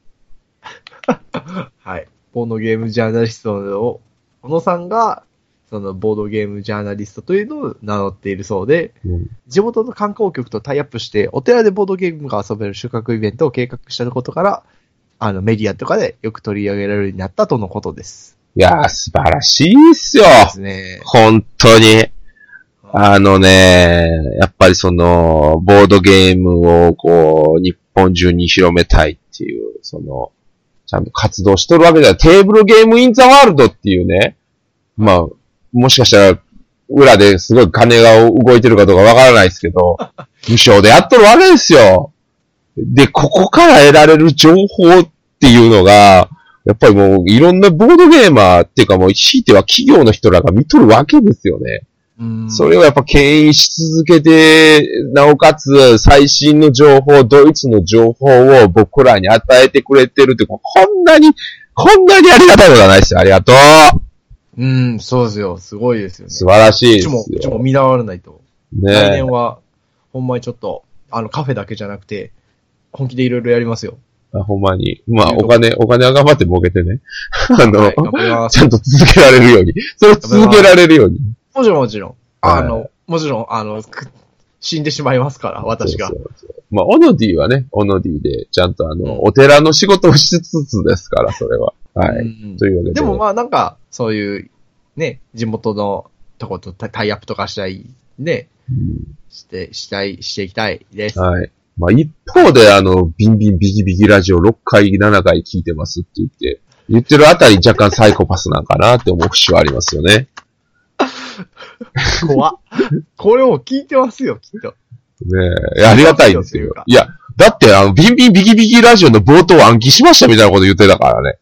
[SPEAKER 2] はい。ボードゲームジャーナリストを、小野さんが、そのボードゲームジャーナリストというのを名乗っているそうで、
[SPEAKER 1] うん。
[SPEAKER 2] 地元の観光局とタイアップして、お寺でボードゲームが遊べる収穫イベントを計画したことから、あの、メディアとかでよく取り上げられるようになったとのことです。
[SPEAKER 1] いやー、素晴らしいっすよ
[SPEAKER 2] ですね。
[SPEAKER 1] 本当に。あのね、やっぱりその、ボードゲームをこう、日本中に広めたいっていう、その、ちゃんと活動しとるわけだよ。テーブルゲームインザワールドっていうね、まあ、もしかしたら、裏ですごい金が動いてるかどうかわからないですけど、無償でやっとるわけですよ。で、ここから得られる情報っていうのが、やっぱりもういろんなボードゲーマーっていうかもう、ひいては企業の人らが見とるわけですよね。
[SPEAKER 2] うん。
[SPEAKER 1] それをやっぱ牽引し続けて、なおかつ最新の情報、ドイツの情報を僕らに与えてくれてるって、こんなに、こんなにありがたいことはないですよ。ありがとう
[SPEAKER 2] うん、そうですよ。すごいですよね。
[SPEAKER 1] 素晴らしいで
[SPEAKER 2] うちも、
[SPEAKER 1] す
[SPEAKER 2] うちも
[SPEAKER 1] よ。
[SPEAKER 2] 見習われないと。来
[SPEAKER 1] ね
[SPEAKER 2] 年は、ほんまにちょっと、あの、カフェだけじゃなくて、本気でいろいろやりますよ。
[SPEAKER 1] え。ほんまに。まあ、
[SPEAKER 2] いうと
[SPEAKER 1] お
[SPEAKER 2] こ
[SPEAKER 1] 金、お金は頑張って儲けてね。あの、
[SPEAKER 2] はい、頑張りま す
[SPEAKER 1] ち。ゃんと続けられるように。それを続けられるように。
[SPEAKER 2] もちろんもちろん。
[SPEAKER 1] はい
[SPEAKER 2] あの、もちろん、あの、く死んでしまいますから、私が
[SPEAKER 1] そ。うそうそうまあ、オノディはね、オノディで、ちゃんとあの、
[SPEAKER 2] うん
[SPEAKER 1] お寺の仕事をしつつですから、それは。は
[SPEAKER 2] う
[SPEAKER 1] い。
[SPEAKER 2] ん
[SPEAKER 1] というわけで。
[SPEAKER 2] でもまあなんか、そういう、ね、地元のとことタタイアップとかしたい、ね、
[SPEAKER 1] うん
[SPEAKER 2] して、したい、していきたいです。
[SPEAKER 1] はい。まあ、一方で、あの、ビンビンビギビギラジオ6回、7回聞いてますって言って、言ってるあたり若干サイコパスなんかなって思う節はありますよね。
[SPEAKER 2] 怖っ これを聞いてますよ、きっと。
[SPEAKER 1] ねえいや、ありがたいですよ。いや、だって、あの、ビンビンビギビギラジオの冒頭暗記しましたみたいなこと言ってたからね。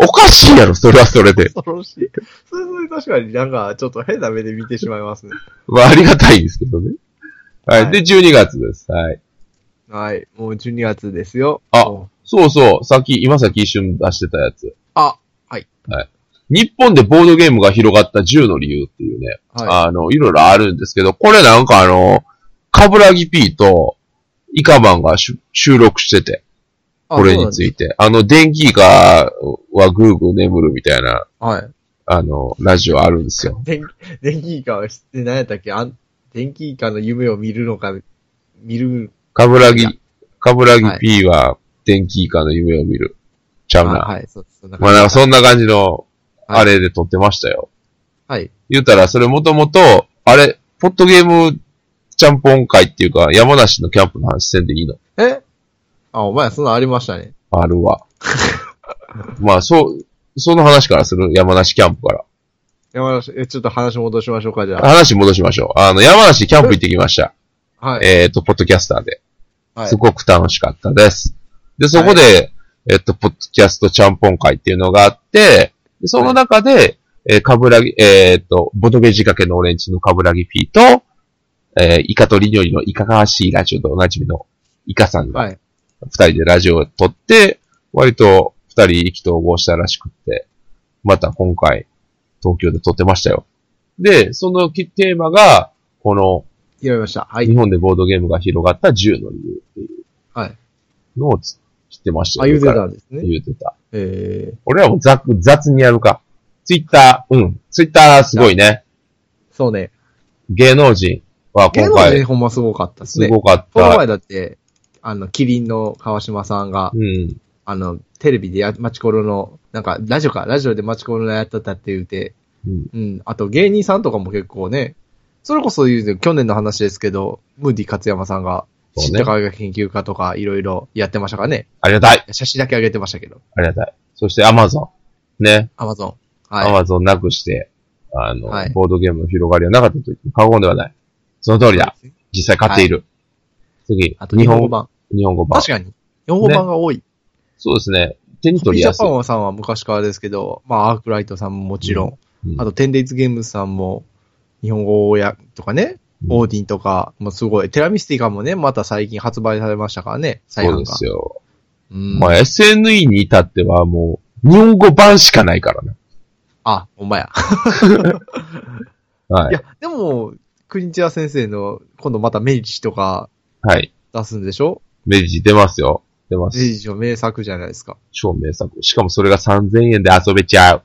[SPEAKER 1] おかしいやろ、それはそれで。
[SPEAKER 2] 恐ろしい。それそれ確かになんか、ちょっと変な目で見てしまいますね。
[SPEAKER 1] まあ、ありがたいですけどね。はい。
[SPEAKER 2] はい
[SPEAKER 1] で、12月です。はい。
[SPEAKER 2] はい、もう12月ですよ。
[SPEAKER 1] あ
[SPEAKER 2] もう
[SPEAKER 1] そうそう、さっき、今さっき一瞬出してたやつ。
[SPEAKER 2] あ、はい。
[SPEAKER 1] はい。日本でボードゲームが広がった10の理由っていうね。
[SPEAKER 2] は
[SPEAKER 1] あの、いろいろあるんですけど、これなんかあの、カブラギ P とイカバンがしゅ収録してて、
[SPEAKER 2] い。
[SPEAKER 1] これについて。あの、電気イカはグーグー眠るみたいな、
[SPEAKER 2] あ。そうなんですはい。
[SPEAKER 1] あの、ラジオあるんですよ。
[SPEAKER 2] 電気、電気イカは知って何やったっけあん電気イカの夢を見るのか、見る、
[SPEAKER 1] カブラギ
[SPEAKER 2] いや、
[SPEAKER 1] カブラギ P は電気イカの夢を見る。ちゃ
[SPEAKER 2] あ
[SPEAKER 1] うな。
[SPEAKER 2] はい、そう、そんな
[SPEAKER 1] まあ
[SPEAKER 2] 感じ
[SPEAKER 1] なんかそんな感じの、
[SPEAKER 2] はい
[SPEAKER 1] あれで撮ってましたよ。
[SPEAKER 2] はい。
[SPEAKER 1] 言うたら、それもともと、あれ、ポッドゲームちゃんぽん会っていうか、山梨のキャンプの話せんでいいの
[SPEAKER 2] えあ、お前、そんなんありましたね。
[SPEAKER 1] あるわ。まあ、そう、その話からする、山梨キャンプから。
[SPEAKER 2] 山梨、えちょっと話戻しましょうか、じゃ
[SPEAKER 1] 話戻しましょう。あの、山梨キャンプ行ってきました。
[SPEAKER 2] あ。はい。
[SPEAKER 1] えっ、と、ポッドキャスターで。
[SPEAKER 2] はい
[SPEAKER 1] す。ごく楽しかったです。で、そこで、えっ、と、ポッドキャストちゃんぽん会っていうのがあって、でその中で、えー、かぶらぎ、えっ、と、ボトゲ仕掛けのオレンジのかぶらぎピーと、えーイカとリニョリのイカがわしいラジオでおなじみのイカさんが、
[SPEAKER 2] はい。
[SPEAKER 1] 二人でラジオを撮って、割と二人意気投合したらしくって、また今回、東京で撮ってましたよ。で、そのテーマが、この、
[SPEAKER 2] やりました。はい
[SPEAKER 1] 日。本でボードゲームが広がった10の理由ってい
[SPEAKER 2] はい。
[SPEAKER 1] うのをつ知ってました
[SPEAKER 2] あ、
[SPEAKER 1] よ
[SPEAKER 2] 言うてたんですね。
[SPEAKER 1] 言うてた。
[SPEAKER 2] えー、
[SPEAKER 1] 俺らも雑雑にやるか。ツイッター、うん。ツイッターすごいね。
[SPEAKER 2] そうね。
[SPEAKER 1] 芸能人は
[SPEAKER 2] 芸
[SPEAKER 1] 今
[SPEAKER 2] 能人
[SPEAKER 1] 回
[SPEAKER 2] ほんますごかったです
[SPEAKER 1] す
[SPEAKER 2] ね。
[SPEAKER 1] ごかっ
[SPEAKER 2] この
[SPEAKER 1] た。
[SPEAKER 2] 前だって、あの、キリンの川島さんが
[SPEAKER 1] う、ん。
[SPEAKER 2] あの、テレビでや、マチコロの、なんか、ラジオか、ラジオでマチコロのやったったって言うて、
[SPEAKER 1] うん。
[SPEAKER 2] うん。あと、芸人さんとかも結構ね、それこそ言うて、去年の話ですけど、ムーディ勝山さんが、
[SPEAKER 1] そう
[SPEAKER 2] 知っ
[SPEAKER 1] ね
[SPEAKER 2] た科学研究家とか、いろいろやってましたからね。
[SPEAKER 1] ありがたい。
[SPEAKER 2] 写真だけ上げてましたけど、
[SPEAKER 1] ありがたい。そして Amazon。ね。
[SPEAKER 2] アマゾン。
[SPEAKER 1] ア
[SPEAKER 2] はい。
[SPEAKER 1] マゾンなくして、あの、
[SPEAKER 2] はい
[SPEAKER 1] ボードゲームの広がりはなかったと言っても過言ではない。その通りだ。実際買っている。次、
[SPEAKER 2] あと、日本語
[SPEAKER 1] 版。
[SPEAKER 2] 版。
[SPEAKER 1] 日本語版
[SPEAKER 2] 確。かに。日本語版が多い。
[SPEAKER 1] そうですね。手に
[SPEAKER 2] コピ
[SPEAKER 1] 取り
[SPEAKER 2] ージ
[SPEAKER 1] や
[SPEAKER 2] ャ
[SPEAKER 1] す
[SPEAKER 2] パ
[SPEAKER 1] い。
[SPEAKER 2] ンさんは昔からですけど、まあ、アークライトさんももちろん、
[SPEAKER 1] うん
[SPEAKER 2] あと、テンデイズゲームズさんも、日本語や、とかね、
[SPEAKER 1] うん
[SPEAKER 2] オーディンとか、もうすごい、テラミスティカもね、また最近発売されましたからね、再
[SPEAKER 1] そう
[SPEAKER 2] 販
[SPEAKER 1] で
[SPEAKER 2] が。
[SPEAKER 1] すよ。
[SPEAKER 2] うん
[SPEAKER 1] まあ、SNE に至ってはもう、日本語版しかないからね。
[SPEAKER 2] あ、ほんまや。
[SPEAKER 1] はいい。
[SPEAKER 2] や、でも、クリンチア先生の、今度またメイジとか
[SPEAKER 1] はい。
[SPEAKER 2] 出すんでしょ
[SPEAKER 1] メディジ出ますよ。出ま
[SPEAKER 2] メ
[SPEAKER 1] す。
[SPEAKER 2] イジの名作じゃないですか。
[SPEAKER 1] 超名作。しかもそれが3000円で遊べちゃう。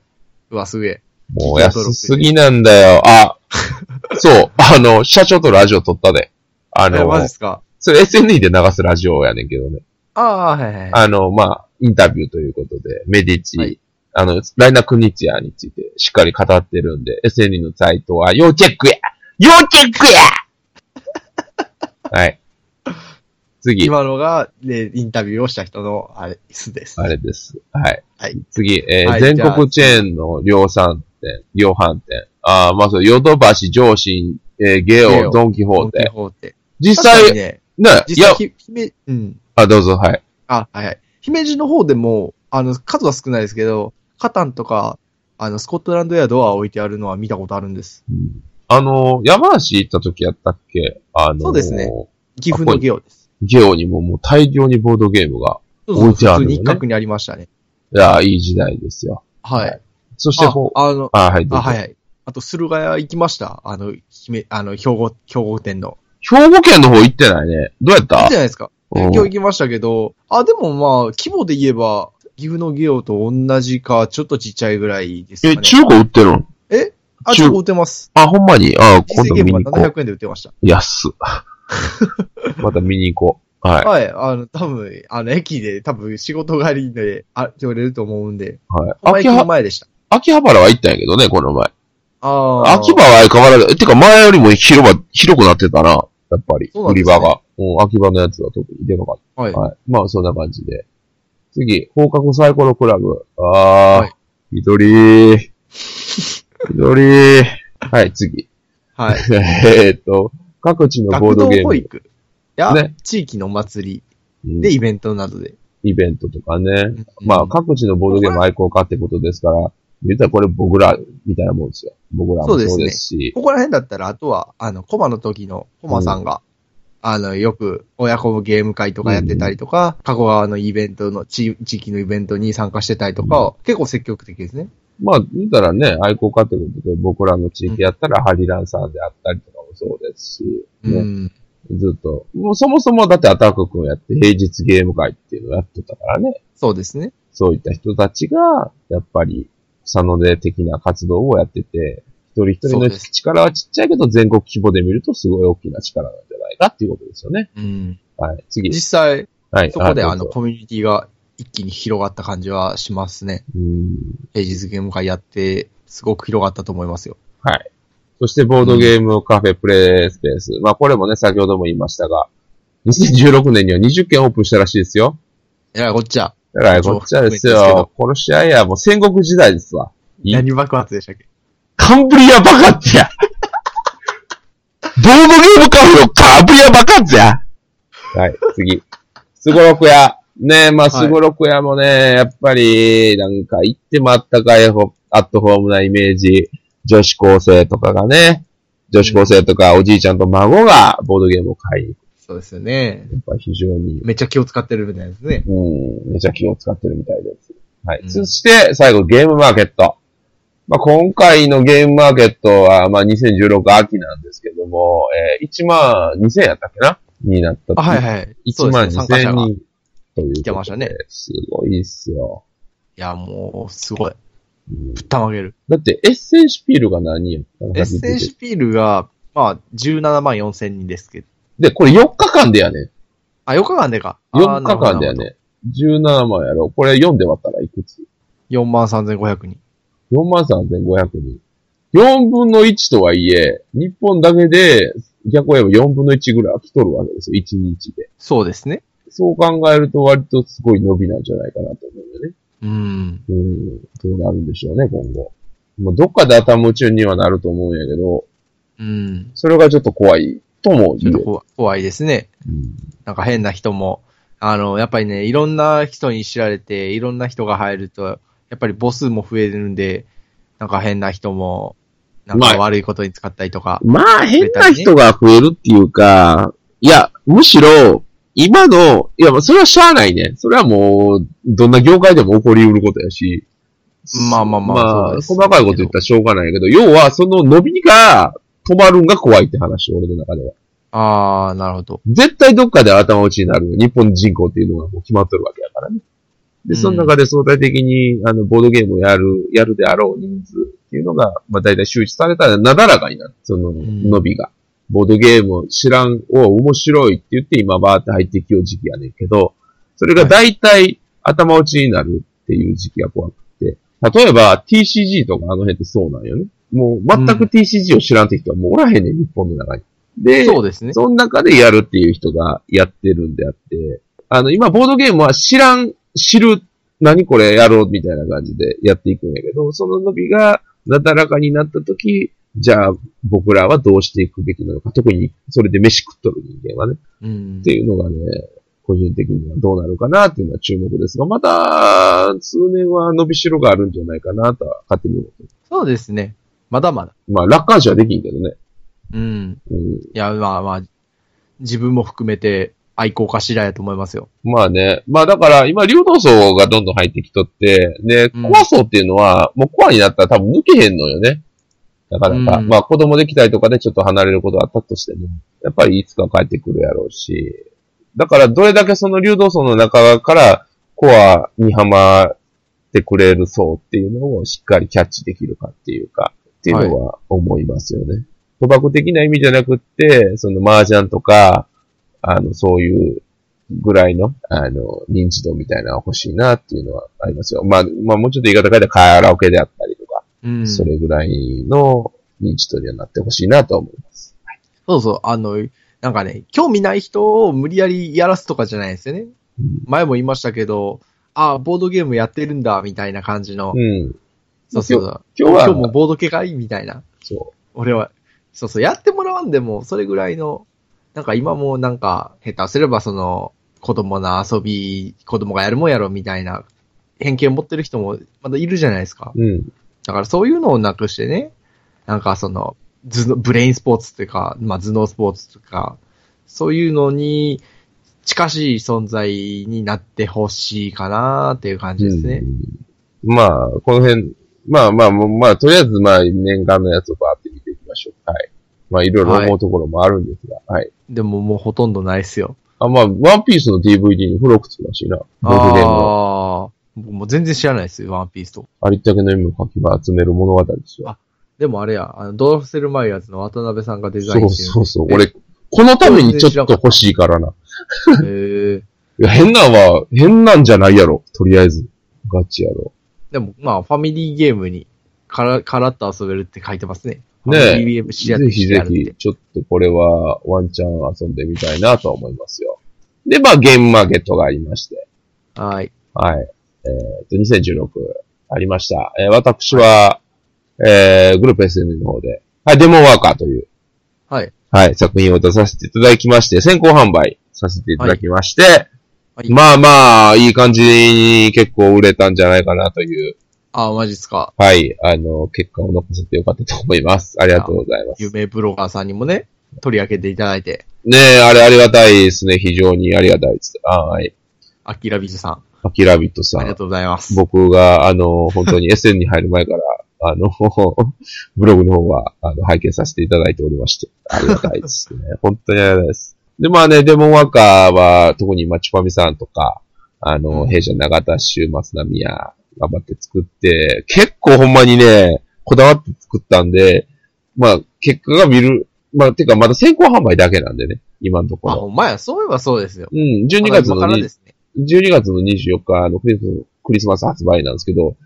[SPEAKER 2] うわ、すげえ。
[SPEAKER 1] もう安すぎなんだよ。あ、 そう。あの、社長とラジオ撮ったで。あ
[SPEAKER 2] あれ、
[SPEAKER 1] の、
[SPEAKER 2] マジっすか。
[SPEAKER 1] それ SNE で流すラジオやねんけどね。
[SPEAKER 2] ああ、はいはいはい。
[SPEAKER 1] あの、まあ、インタビューということで、メディチ、
[SPEAKER 2] はい
[SPEAKER 1] あの、ライナ・クニチアについてしっかり語ってるんで、SNE のサイトは要チェックや要チェックや はい。次、
[SPEAKER 2] 今のが、ね、インタビューをした人の、あれ、椅子です。
[SPEAKER 1] あれです。はい。
[SPEAKER 2] はい
[SPEAKER 1] 次、えー
[SPEAKER 2] はい
[SPEAKER 1] 全国チェーンの量産店、量販店。ああ、まあ、そう、ヨドバシ、上信、えーゲ
[SPEAKER 2] ゲ
[SPEAKER 1] オ、
[SPEAKER 2] オ
[SPEAKER 1] ドンキホー
[SPEAKER 2] 大きい
[SPEAKER 1] テ。
[SPEAKER 2] 方って。
[SPEAKER 1] 実
[SPEAKER 2] 確か
[SPEAKER 1] 際、
[SPEAKER 2] に
[SPEAKER 1] ね、
[SPEAKER 2] ね、
[SPEAKER 1] い
[SPEAKER 2] 実
[SPEAKER 1] や
[SPEAKER 2] 際、、ひ姫、うん。
[SPEAKER 1] あ、どうぞ、はい。
[SPEAKER 2] あ、はいはい。姫路の方でも、あの、数は少ないですけど、カタンとか、あの、スコットランドヤードは置いてあるのは見たことあるんです。
[SPEAKER 1] あの、山梨行った時やったっけあの、
[SPEAKER 2] そうですね岐阜のゲオです。
[SPEAKER 1] ゲオにももう大量にボードゲームが、
[SPEAKER 2] そ
[SPEAKER 1] ここ
[SPEAKER 2] うそう
[SPEAKER 1] 置いてある
[SPEAKER 2] 普
[SPEAKER 1] の
[SPEAKER 2] 通
[SPEAKER 1] ね
[SPEAKER 2] に一角にありましたね。
[SPEAKER 1] いや、いい時代ですよ。
[SPEAKER 2] はい。
[SPEAKER 1] そして
[SPEAKER 2] あ
[SPEAKER 1] こ、う、
[SPEAKER 2] あの、
[SPEAKER 1] あ、はい、どう
[SPEAKER 2] あ、
[SPEAKER 1] ぞ
[SPEAKER 2] はいはい。あと、駿河屋行きました。あの、姫、あの、兵庫、兵庫店の。
[SPEAKER 1] 兵庫県の方行ってないね。どうやっ
[SPEAKER 2] 行ったてないですか
[SPEAKER 1] うん
[SPEAKER 2] 今日行きましたけど、あ、でもまあ、規模で言えば、岐阜のゲオと同じか、ちょっとちっちゃいぐらいですか
[SPEAKER 1] え、
[SPEAKER 2] ね。
[SPEAKER 1] 中古売ってるの
[SPEAKER 2] あ、
[SPEAKER 1] 中
[SPEAKER 2] 中古売ってます。
[SPEAKER 1] あ、ほんまにあ、
[SPEAKER 2] 実
[SPEAKER 1] 今
[SPEAKER 2] 践
[SPEAKER 1] 度
[SPEAKER 2] ゲー
[SPEAKER 1] 見
[SPEAKER 2] ム
[SPEAKER 1] に行
[SPEAKER 2] は
[SPEAKER 1] こう。
[SPEAKER 2] 700円で売ってました。
[SPEAKER 1] 安っ。 また見に行こう。はい。
[SPEAKER 2] はい、あの、多分、あの、駅で、多分、仕事帰りで、あ、寄れると思うんで、
[SPEAKER 1] はい。
[SPEAKER 2] 駅
[SPEAKER 1] 秋
[SPEAKER 2] の
[SPEAKER 1] 葉、
[SPEAKER 2] 前でした。
[SPEAKER 1] 秋葉原は行ったんやけどね、この前。
[SPEAKER 2] ああ。
[SPEAKER 1] 秋葉は相変わらず、えてか前よりも広場、広くなってたな。やっぱり、
[SPEAKER 2] そうな
[SPEAKER 1] 売
[SPEAKER 2] んで
[SPEAKER 1] り
[SPEAKER 2] すね
[SPEAKER 1] 場が。うん、秋葉のやつは特にでかかった。
[SPEAKER 2] はい。
[SPEAKER 1] はい。まあ、そんな感じで。次、放課後サイコロクラブ。ああ、
[SPEAKER 2] はい
[SPEAKER 1] 緑。緑。 はい、次。
[SPEAKER 2] はい。
[SPEAKER 1] えーっと、各地のボー
[SPEAKER 2] 学
[SPEAKER 1] ドゲー
[SPEAKER 2] 童保
[SPEAKER 1] ム、
[SPEAKER 2] 育や、
[SPEAKER 1] ね
[SPEAKER 2] 地域のお祭
[SPEAKER 1] うん
[SPEAKER 2] りでイベントなどで。
[SPEAKER 1] イベントとかね。
[SPEAKER 2] うん
[SPEAKER 1] まあ、各地のボードゲーム愛好家ってことですから、言ったらこれ僕らみたいなもんですよ。僕らもそうですし。
[SPEAKER 2] ここら辺だったら、あとは、あの、コマの時のコマさんが、あの、よく親子ゲーム会とかやってたりとか、加古川のイベントの地、地域のイベントに参加してたりとか、結構積極的ですね。
[SPEAKER 1] まあ、言ったらね、愛好家ってことで僕らの地域やったらハリランさんであったりとかもそうですし。ね
[SPEAKER 2] うん。
[SPEAKER 1] ずっと。もうそもそもだってアタック君やって平日ゲーム会っていうのをやってたからね。
[SPEAKER 2] そうですね。
[SPEAKER 1] そういった人たちが、やっぱり、サノデ的な活動をやってて、一人一人
[SPEAKER 2] そう
[SPEAKER 1] の
[SPEAKER 2] です
[SPEAKER 1] 力はちっちゃいけど、全国規模で見るとすごい大きな力なんじゃないかっていうことですよね。
[SPEAKER 2] うん。
[SPEAKER 1] はい。次。
[SPEAKER 2] 実際、
[SPEAKER 1] はい。
[SPEAKER 2] そこであ
[SPEAKER 1] ど
[SPEAKER 2] の
[SPEAKER 1] うぞ
[SPEAKER 2] コミュニティが一気に広がった感じはしますね。
[SPEAKER 1] うん。
[SPEAKER 2] 平日ゲーム会やって、すごく広がったと思いますよ。
[SPEAKER 1] はい。そして、ボードゲームカフェプレイスペース。まあ、これもね、先ほども言いましたが、2016年には20件オープンしたらしいですよ。
[SPEAKER 2] えらいこっちゃ。
[SPEAKER 1] だから、こっちはですよ、殺し合いや、もう戦国時代ですわ。い
[SPEAKER 2] 何爆発でしたっけ
[SPEAKER 1] カンブリア爆発や。ボードゲームカフェのカンブリア爆発や。はい、次。スゴロク屋。ねえ、まあ、
[SPEAKER 2] はい
[SPEAKER 1] スゴロク屋もね、やっぱり、なんか行ってもあったかいほ、アットホームなイメージ。女子高生とかがね、女子高生とかおじいちゃんと孫がボードゲームを買いに行く。
[SPEAKER 2] そうですよね。
[SPEAKER 1] やっぱり非常に、
[SPEAKER 2] めっちゃ気を使ってるみたいですね。
[SPEAKER 1] うん、めちゃ気を使ってるみたいです。はい。
[SPEAKER 2] うん
[SPEAKER 1] そして、最後、ゲームマーケット。まあ、今回のゲームマーケットは、まあ、2016秋なんですけども、えー、1万2000やったっけなになった。
[SPEAKER 2] あはいはい。
[SPEAKER 1] 1万
[SPEAKER 2] そうですね参加者
[SPEAKER 1] 2000
[SPEAKER 2] がい
[SPEAKER 1] 人。ということで
[SPEAKER 2] 来てましたね。
[SPEAKER 1] すごいっすよ。
[SPEAKER 2] や、もう、すごい。
[SPEAKER 1] うん
[SPEAKER 2] ぶったまげる。
[SPEAKER 1] だって、エッセンシピールが何やったの
[SPEAKER 2] エッセンシピールが、まあ、17万4千人ですけど。
[SPEAKER 1] で、これ4日間でやね。
[SPEAKER 2] あ、4日間でか。あー
[SPEAKER 1] 4日間でや。ね。17万やろ。これ4で割ったらいくつ
[SPEAKER 2] 4万3500人。
[SPEAKER 1] 4万3500人。4分の1とはいえ、日本だけで、逆を言えば4分の1ぐらいは来とるわけですよ、1日で。
[SPEAKER 2] そうですね。
[SPEAKER 1] そう考えると割とすごい伸びなんじゃないかなと思うんだよね。
[SPEAKER 2] うん。
[SPEAKER 1] うん。どうなるんでしょうね、今後。まあ、どっかで頭打ちにはなると思うんやけど、
[SPEAKER 2] うん。
[SPEAKER 1] それがちょっと怖いとも
[SPEAKER 2] ちょ
[SPEAKER 1] 言え
[SPEAKER 2] っと
[SPEAKER 1] る。
[SPEAKER 2] 怖怖いですね。
[SPEAKER 1] うん
[SPEAKER 2] なんか変な人も。あの、やっぱりね、いろんな人に知られて、いろんな人が入ると、やっぱり母数も増えるんで、なんか変な人も、なんか
[SPEAKER 1] まあ
[SPEAKER 2] 悪いことに使ったりとか。
[SPEAKER 1] まあ、変な人が増えるっていうか、いや、むしろ、今の、いや、まあそれはしゃあないね。それはもう、どんな業界でも起こりうることやし。
[SPEAKER 2] まあまあまあそうです
[SPEAKER 1] 細かいこと言ったらしょうがないけど、要は、その伸びが止まるんが怖いって話、俺の中では。
[SPEAKER 2] ああ、なるほど。
[SPEAKER 1] 絶対どっかで頭打ちになる。日本人口っていうのがもう決まっとるわけやからね。で、その中で相対的に、あの、ボードゲームをやる、やるであろう人数っていうのが、まあ、大体周知されたらなだらかになる。その、
[SPEAKER 2] ん
[SPEAKER 1] 伸びが。ボードゲームを知らん、お面白いって言って今バーって入ってきよう時期やねんけど、それが大体頭打ちになるっていう時期が怖くて。例えば TCG とかあの辺ってそうなんよね。もう全く
[SPEAKER 2] うん
[SPEAKER 1] TCG を知らんって人はもうおらへんねん、日本の中に。で、
[SPEAKER 2] そうですね。
[SPEAKER 1] その中でやるっていう人がやってるんであって、あの、今、ボードゲームは知らん、知る、何これやろうみたいな感じでやっていくんやけど、その伸びがなだらかになった時、じゃあ僕らはどうしていくべきなのか、特にそれで飯食っとる人間はね、
[SPEAKER 2] うん
[SPEAKER 1] って。いうのがね、個人的にはどうなるかなっていうのは注目ですが、また数年は伸びしろがあるんじゃないかなとは勝手に思ってる。
[SPEAKER 2] そうですね。まだまだ。
[SPEAKER 1] まあ、楽観視はできんけどね。
[SPEAKER 2] うん。
[SPEAKER 1] うん、
[SPEAKER 2] いや、まあまあ、自分も含めて愛好家次第やと思いますよ。
[SPEAKER 1] まあね。まあだから、今、流動層がどんどん入ってきとって、で、
[SPEAKER 2] うん
[SPEAKER 1] コア層っていうのは、もうコアになったら多分抜けへんのよね。なかなか。
[SPEAKER 2] うん
[SPEAKER 1] まあ子供できたりとかでちょっと離れることがあったとしても、やっぱりいつか帰ってくるやろうし。だから、どれだけその流動層の中からコアにはまってくれる層っていうのをしっかりキャッチできるかっていうか、っていうのは思いますよね。賭博的な意味じゃなくって、その麻雀とか、あの、そういうぐらいの、あの、認知度みたいなのが欲しいなっていうのはありますよ。まあ、まあ、もうちょっと言い方変えたらカラオケであったりとか、
[SPEAKER 2] うん。
[SPEAKER 1] それぐらいの認知度にはなってほしいなと思います。
[SPEAKER 2] そうそう、あの、なんかね、興味ない人を無理やりやらすとかじゃないですよね。
[SPEAKER 1] うん
[SPEAKER 2] 前も言いましたけど、あボードゲームやってるんだ、みたいな感じの。
[SPEAKER 1] うん。
[SPEAKER 2] そうそうそう。
[SPEAKER 1] 今日は
[SPEAKER 2] 今日もボード系がいいみたいな。
[SPEAKER 1] そ
[SPEAKER 2] 俺は、そうそう、やってもらわんでも、それぐらいの、なんか今もなんか、下手すればその、子供の遊び、子供がやるもんやろみたいな、偏見を持ってる人もまだいるじゃないですか。
[SPEAKER 1] う。うん。
[SPEAKER 2] だからそういうのをなくしてね、なんかその、頭脳、ブレインスポーツというか、まあ頭脳スポーツとか、そういうのに近しい存在になってほしいかなっていう感じですね。
[SPEAKER 1] うん。まあ、この辺、まあまあ、もうまあ、とりあえずまあ、年間のやつをバーって見ていきましょう。はい。まあ、いろいろ思うところもあるんですが、はい。
[SPEAKER 2] でももうほとんどないっすよ。
[SPEAKER 1] あ、まあ、ワンピースの DVD に付録つくらしいな。ボードゲームの
[SPEAKER 2] ああ、僕もう全然知らないですよ、ワンピースと。
[SPEAKER 1] ありったけの意味を書きば集める物語ですよ。
[SPEAKER 2] でもあれや、あのドロッセルマイヤーズの渡辺さんがデザ
[SPEAKER 1] そ
[SPEAKER 2] イン
[SPEAKER 1] う
[SPEAKER 2] してる。
[SPEAKER 1] そうそう。
[SPEAKER 2] え
[SPEAKER 1] 俺、このためにちょっと欲しいからな。
[SPEAKER 2] へえ
[SPEAKER 1] いや、変なんは、変なんじゃないやろ。とりあえず。ガチやろ。
[SPEAKER 2] でも、まあ、ファミリーゲームにから、からっと遊べるって書いてますね。
[SPEAKER 1] ねえ
[SPEAKER 2] ファミリーゲームし
[SPEAKER 1] ぜ
[SPEAKER 2] やって
[SPEAKER 1] ひぜひ、ちょっとこれはワンチャン遊んでみたいなとは思いますよ。で、まあ、ゲームマーケットがありまして。
[SPEAKER 2] はい。
[SPEAKER 1] はい。えっと、2016ありました。えー私は、えー、グループ SN の方で、はい、デモワーカーという、
[SPEAKER 2] はい。
[SPEAKER 1] はい、作品を出させていただきまして、先行販売させていただきまして、
[SPEAKER 2] はい
[SPEAKER 1] まあまあ、いい感じに結構売れたんじゃないかなという、
[SPEAKER 2] ああ、マジっすか。
[SPEAKER 1] はい、あの、結果を残せてよかったと思います。ありがとうございます。
[SPEAKER 2] 有名ブロガーさんにもね、取り上げていただいて、
[SPEAKER 1] ねえ、あれありがたいですね。非常にありがたいです。あはい。
[SPEAKER 2] アキラビジュさん、
[SPEAKER 1] アキラビットさ
[SPEAKER 2] ありが
[SPEAKER 1] ん。
[SPEAKER 2] とうございます。
[SPEAKER 1] 僕が、あの、本当に SN に入る前から、あの、 ブログの方は、あの、拝見させていただいておりまして、ありがたいですね。 本当にありがたいです。で、まあね、デモンワーカーは、特にマチュパミさんとか、あの、弊社長田州松並宮、頑張って作って、結構ほんまにね、こだわって作ったんで、まあ、結果が見る、まあ、てかまだ先行販売だけなんでね、今のとこ
[SPEAKER 2] あ、
[SPEAKER 1] ろ。
[SPEAKER 2] お前、そういえばそうですよ。
[SPEAKER 1] うん、12月の
[SPEAKER 2] まだ今から
[SPEAKER 1] に
[SPEAKER 2] ですね。
[SPEAKER 1] 12月の24日、あの、クリスクリスマス発売なんですけど、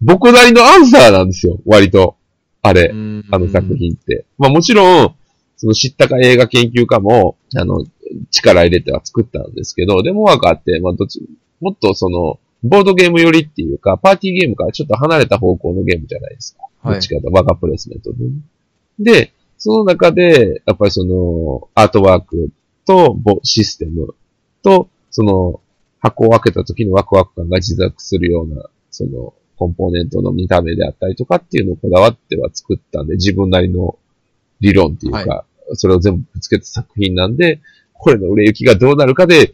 [SPEAKER 1] 僕なりのアンサーなんですよ、割と。あれ、あの作品って。まあもちろん、その知ったか映画研究家も、あの、力入れては作ったんですけど、でもワーカーって、まあどっち、もっとその、ボードゲーム寄りっていうか、パーティーゲームからちょっと離れた方向のゲームじゃないですか。
[SPEAKER 2] はい
[SPEAKER 1] どっちかと、ワーカープレイスメントでね、で、その中で、やっぱりその、アートワークと、ボシステムと、その、箱を開けた時のワクワク感が自作するような、その、コンポーネントの見た目であったりとかっていうのをこだわっては作ったんで、自分なりの理論っていうか、それを全部ぶつけた作品なんで、これの売れ行きがどうなるかで、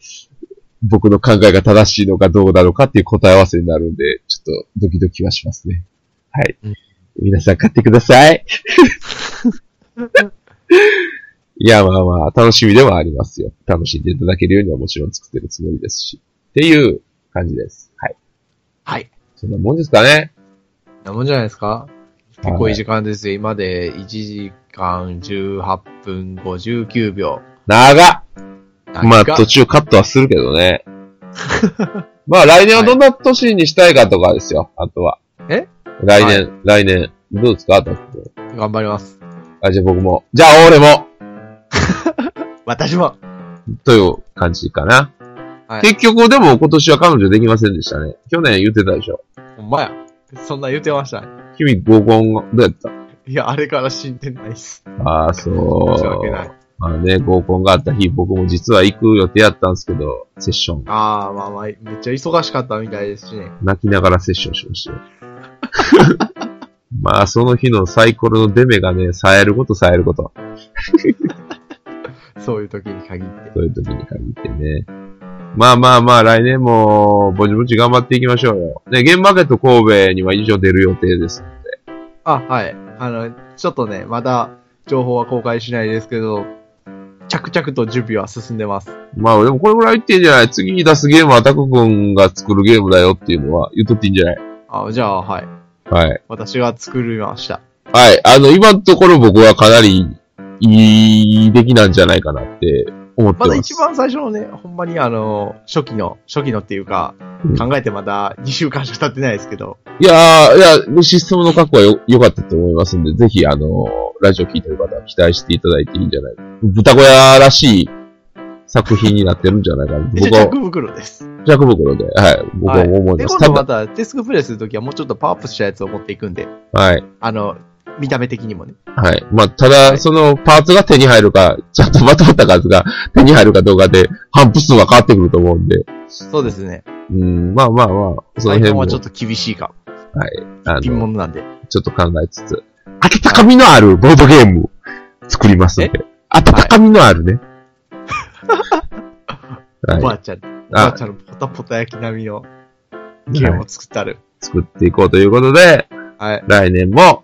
[SPEAKER 1] 僕の考えが正しいのかどうなのかっていう答え合わせになるんで、ちょっとドキドキはしますね。はい。
[SPEAKER 2] うん
[SPEAKER 1] 皆さん買ってくださ い。いや、まあまあ、楽しみではありますよ。楽しんでいただけるようにはもちろん作ってるつもりですし。っていう感じです。はい。
[SPEAKER 2] はい。
[SPEAKER 1] そんなもんですかね。
[SPEAKER 2] なもんじゃないですか結構いい時間ですよ。今で1時間18分59秒。
[SPEAKER 1] 長っ
[SPEAKER 2] 何
[SPEAKER 1] まあ
[SPEAKER 2] が
[SPEAKER 1] 途中カットはするけど ね。まあ来年はどんな年にしたいかとかですよ、あとは。
[SPEAKER 2] え
[SPEAKER 1] 来年、来年、どうですかだって。
[SPEAKER 2] 頑張ります。
[SPEAKER 1] あ、じゃあ僕も。じゃあ俺も
[SPEAKER 2] 私も
[SPEAKER 1] という感じかな。
[SPEAKER 2] はい
[SPEAKER 1] 結局でも今年は彼女できませんでしたね。去年言ってたでしょ。
[SPEAKER 2] ほんまや。そんな言ってました。
[SPEAKER 1] 君合コン、どうやった
[SPEAKER 2] いや、あれから死んでないっす。
[SPEAKER 1] ああ、そう。
[SPEAKER 2] 申し訳ない。
[SPEAKER 1] まあね、合コンがあった日、僕も実は行く予定やったんですけど、セッション。
[SPEAKER 2] ああ、まあまあ、めっちゃ忙しかったみたいですしね。
[SPEAKER 1] 泣きながらセッションしましたよ。 まあ、その日のサイコロの出目がね、冴えること冴えること。
[SPEAKER 2] そういう時に限って。
[SPEAKER 1] そういう時に限ってね。まあまあまあ、来年も、ぼちぼち頑張っていきましょうよ。ね、ゲームマーケット神戸には以上出る予定です。
[SPEAKER 2] あ、はい。あの、ちょっとね、まだ情報は公開しないですけど、着々と準備は進んでます。
[SPEAKER 1] まあ、でもこれぐらい言っていいんじゃない次に出すゲームはタク君が作るゲームだよっていうのは言っとっていいんじゃない
[SPEAKER 2] あじゃあ、はい。
[SPEAKER 1] はい。
[SPEAKER 2] 私が作りました。
[SPEAKER 1] はい。あの、今のところ僕はかなりいい出来なんじゃないかなって思ってま。
[SPEAKER 2] ますだ一番最初のね、ほんまにあの、初期の、初期のっていうか
[SPEAKER 1] うん、
[SPEAKER 2] 考えてまだ2週間しか経ってないですけど、
[SPEAKER 1] いやー、いや、システムの確保はよ良かったと思いますんで、ぜひ、あのーラジオ聞いてる方は期待していただいていいんじゃない豚小屋らしい作品になってるんじゃないかな。
[SPEAKER 2] 一応
[SPEAKER 1] 僕
[SPEAKER 2] 着
[SPEAKER 1] は、
[SPEAKER 2] 袋です。
[SPEAKER 1] ジャック袋で、はい、僕は思い
[SPEAKER 2] で、
[SPEAKER 1] ます。
[SPEAKER 2] 今
[SPEAKER 1] た
[SPEAKER 2] 度ま
[SPEAKER 1] だ、
[SPEAKER 2] たデスクプレイするときはもうちょっとパワーアップしたやつを持っていくんで、
[SPEAKER 1] はい、
[SPEAKER 2] あの、見た目的にもね。
[SPEAKER 1] はい。まあ、ただ、そのパーツが手に入るか、ちゃんとまとまった数が手に入るかどうかで、反復数が変わってくると思うんで、
[SPEAKER 2] そうですね。
[SPEAKER 1] うん、まあまあまあ、その
[SPEAKER 2] アイコ
[SPEAKER 1] 辺
[SPEAKER 2] ン
[SPEAKER 1] も、
[SPEAKER 2] はちょっと厳しいか。
[SPEAKER 1] はい、あ
[SPEAKER 2] ピン
[SPEAKER 1] の
[SPEAKER 2] モ、ンなんで。
[SPEAKER 1] ちょっと考えつつ、温かみのあるボードゲームを作りますので、温かみのあるね。は
[SPEAKER 2] お
[SPEAKER 1] い、
[SPEAKER 2] ばあちゃん、おばあちゃんのポタポタ焼き並みのゲームを作ったる。
[SPEAKER 1] 作っていこうということで、
[SPEAKER 2] はい。
[SPEAKER 1] 来年も、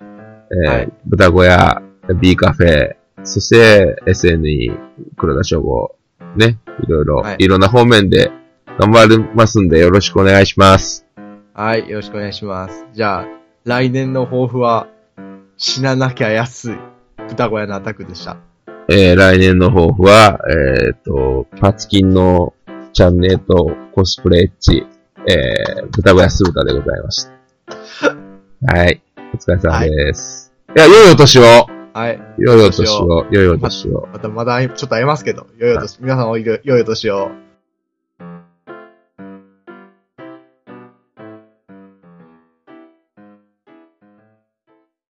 [SPEAKER 1] えー
[SPEAKER 2] はい
[SPEAKER 1] 豚小屋、B カフェ、そして、SNE、黒田省吾、ね、いろいろ、
[SPEAKER 2] はい
[SPEAKER 1] い、ろんな方面で頑張りますんで、よろしくお願いします。
[SPEAKER 2] はい。よろしくお願いします。じゃあ、来年の抱負は、死ななきゃ安い。豚小屋のアタックでした。
[SPEAKER 1] えー来年の抱負は、えーっと、パツキンのチャンネルとコスプレエッチ、えー、豚小屋酢豚でございました。はい。お疲れ様です。い、や、良いお年を
[SPEAKER 2] はい。
[SPEAKER 1] 良いお年を良いお年を
[SPEAKER 2] またまだちょっと会えますけど、良いお年、皆さんおいで良いお年を。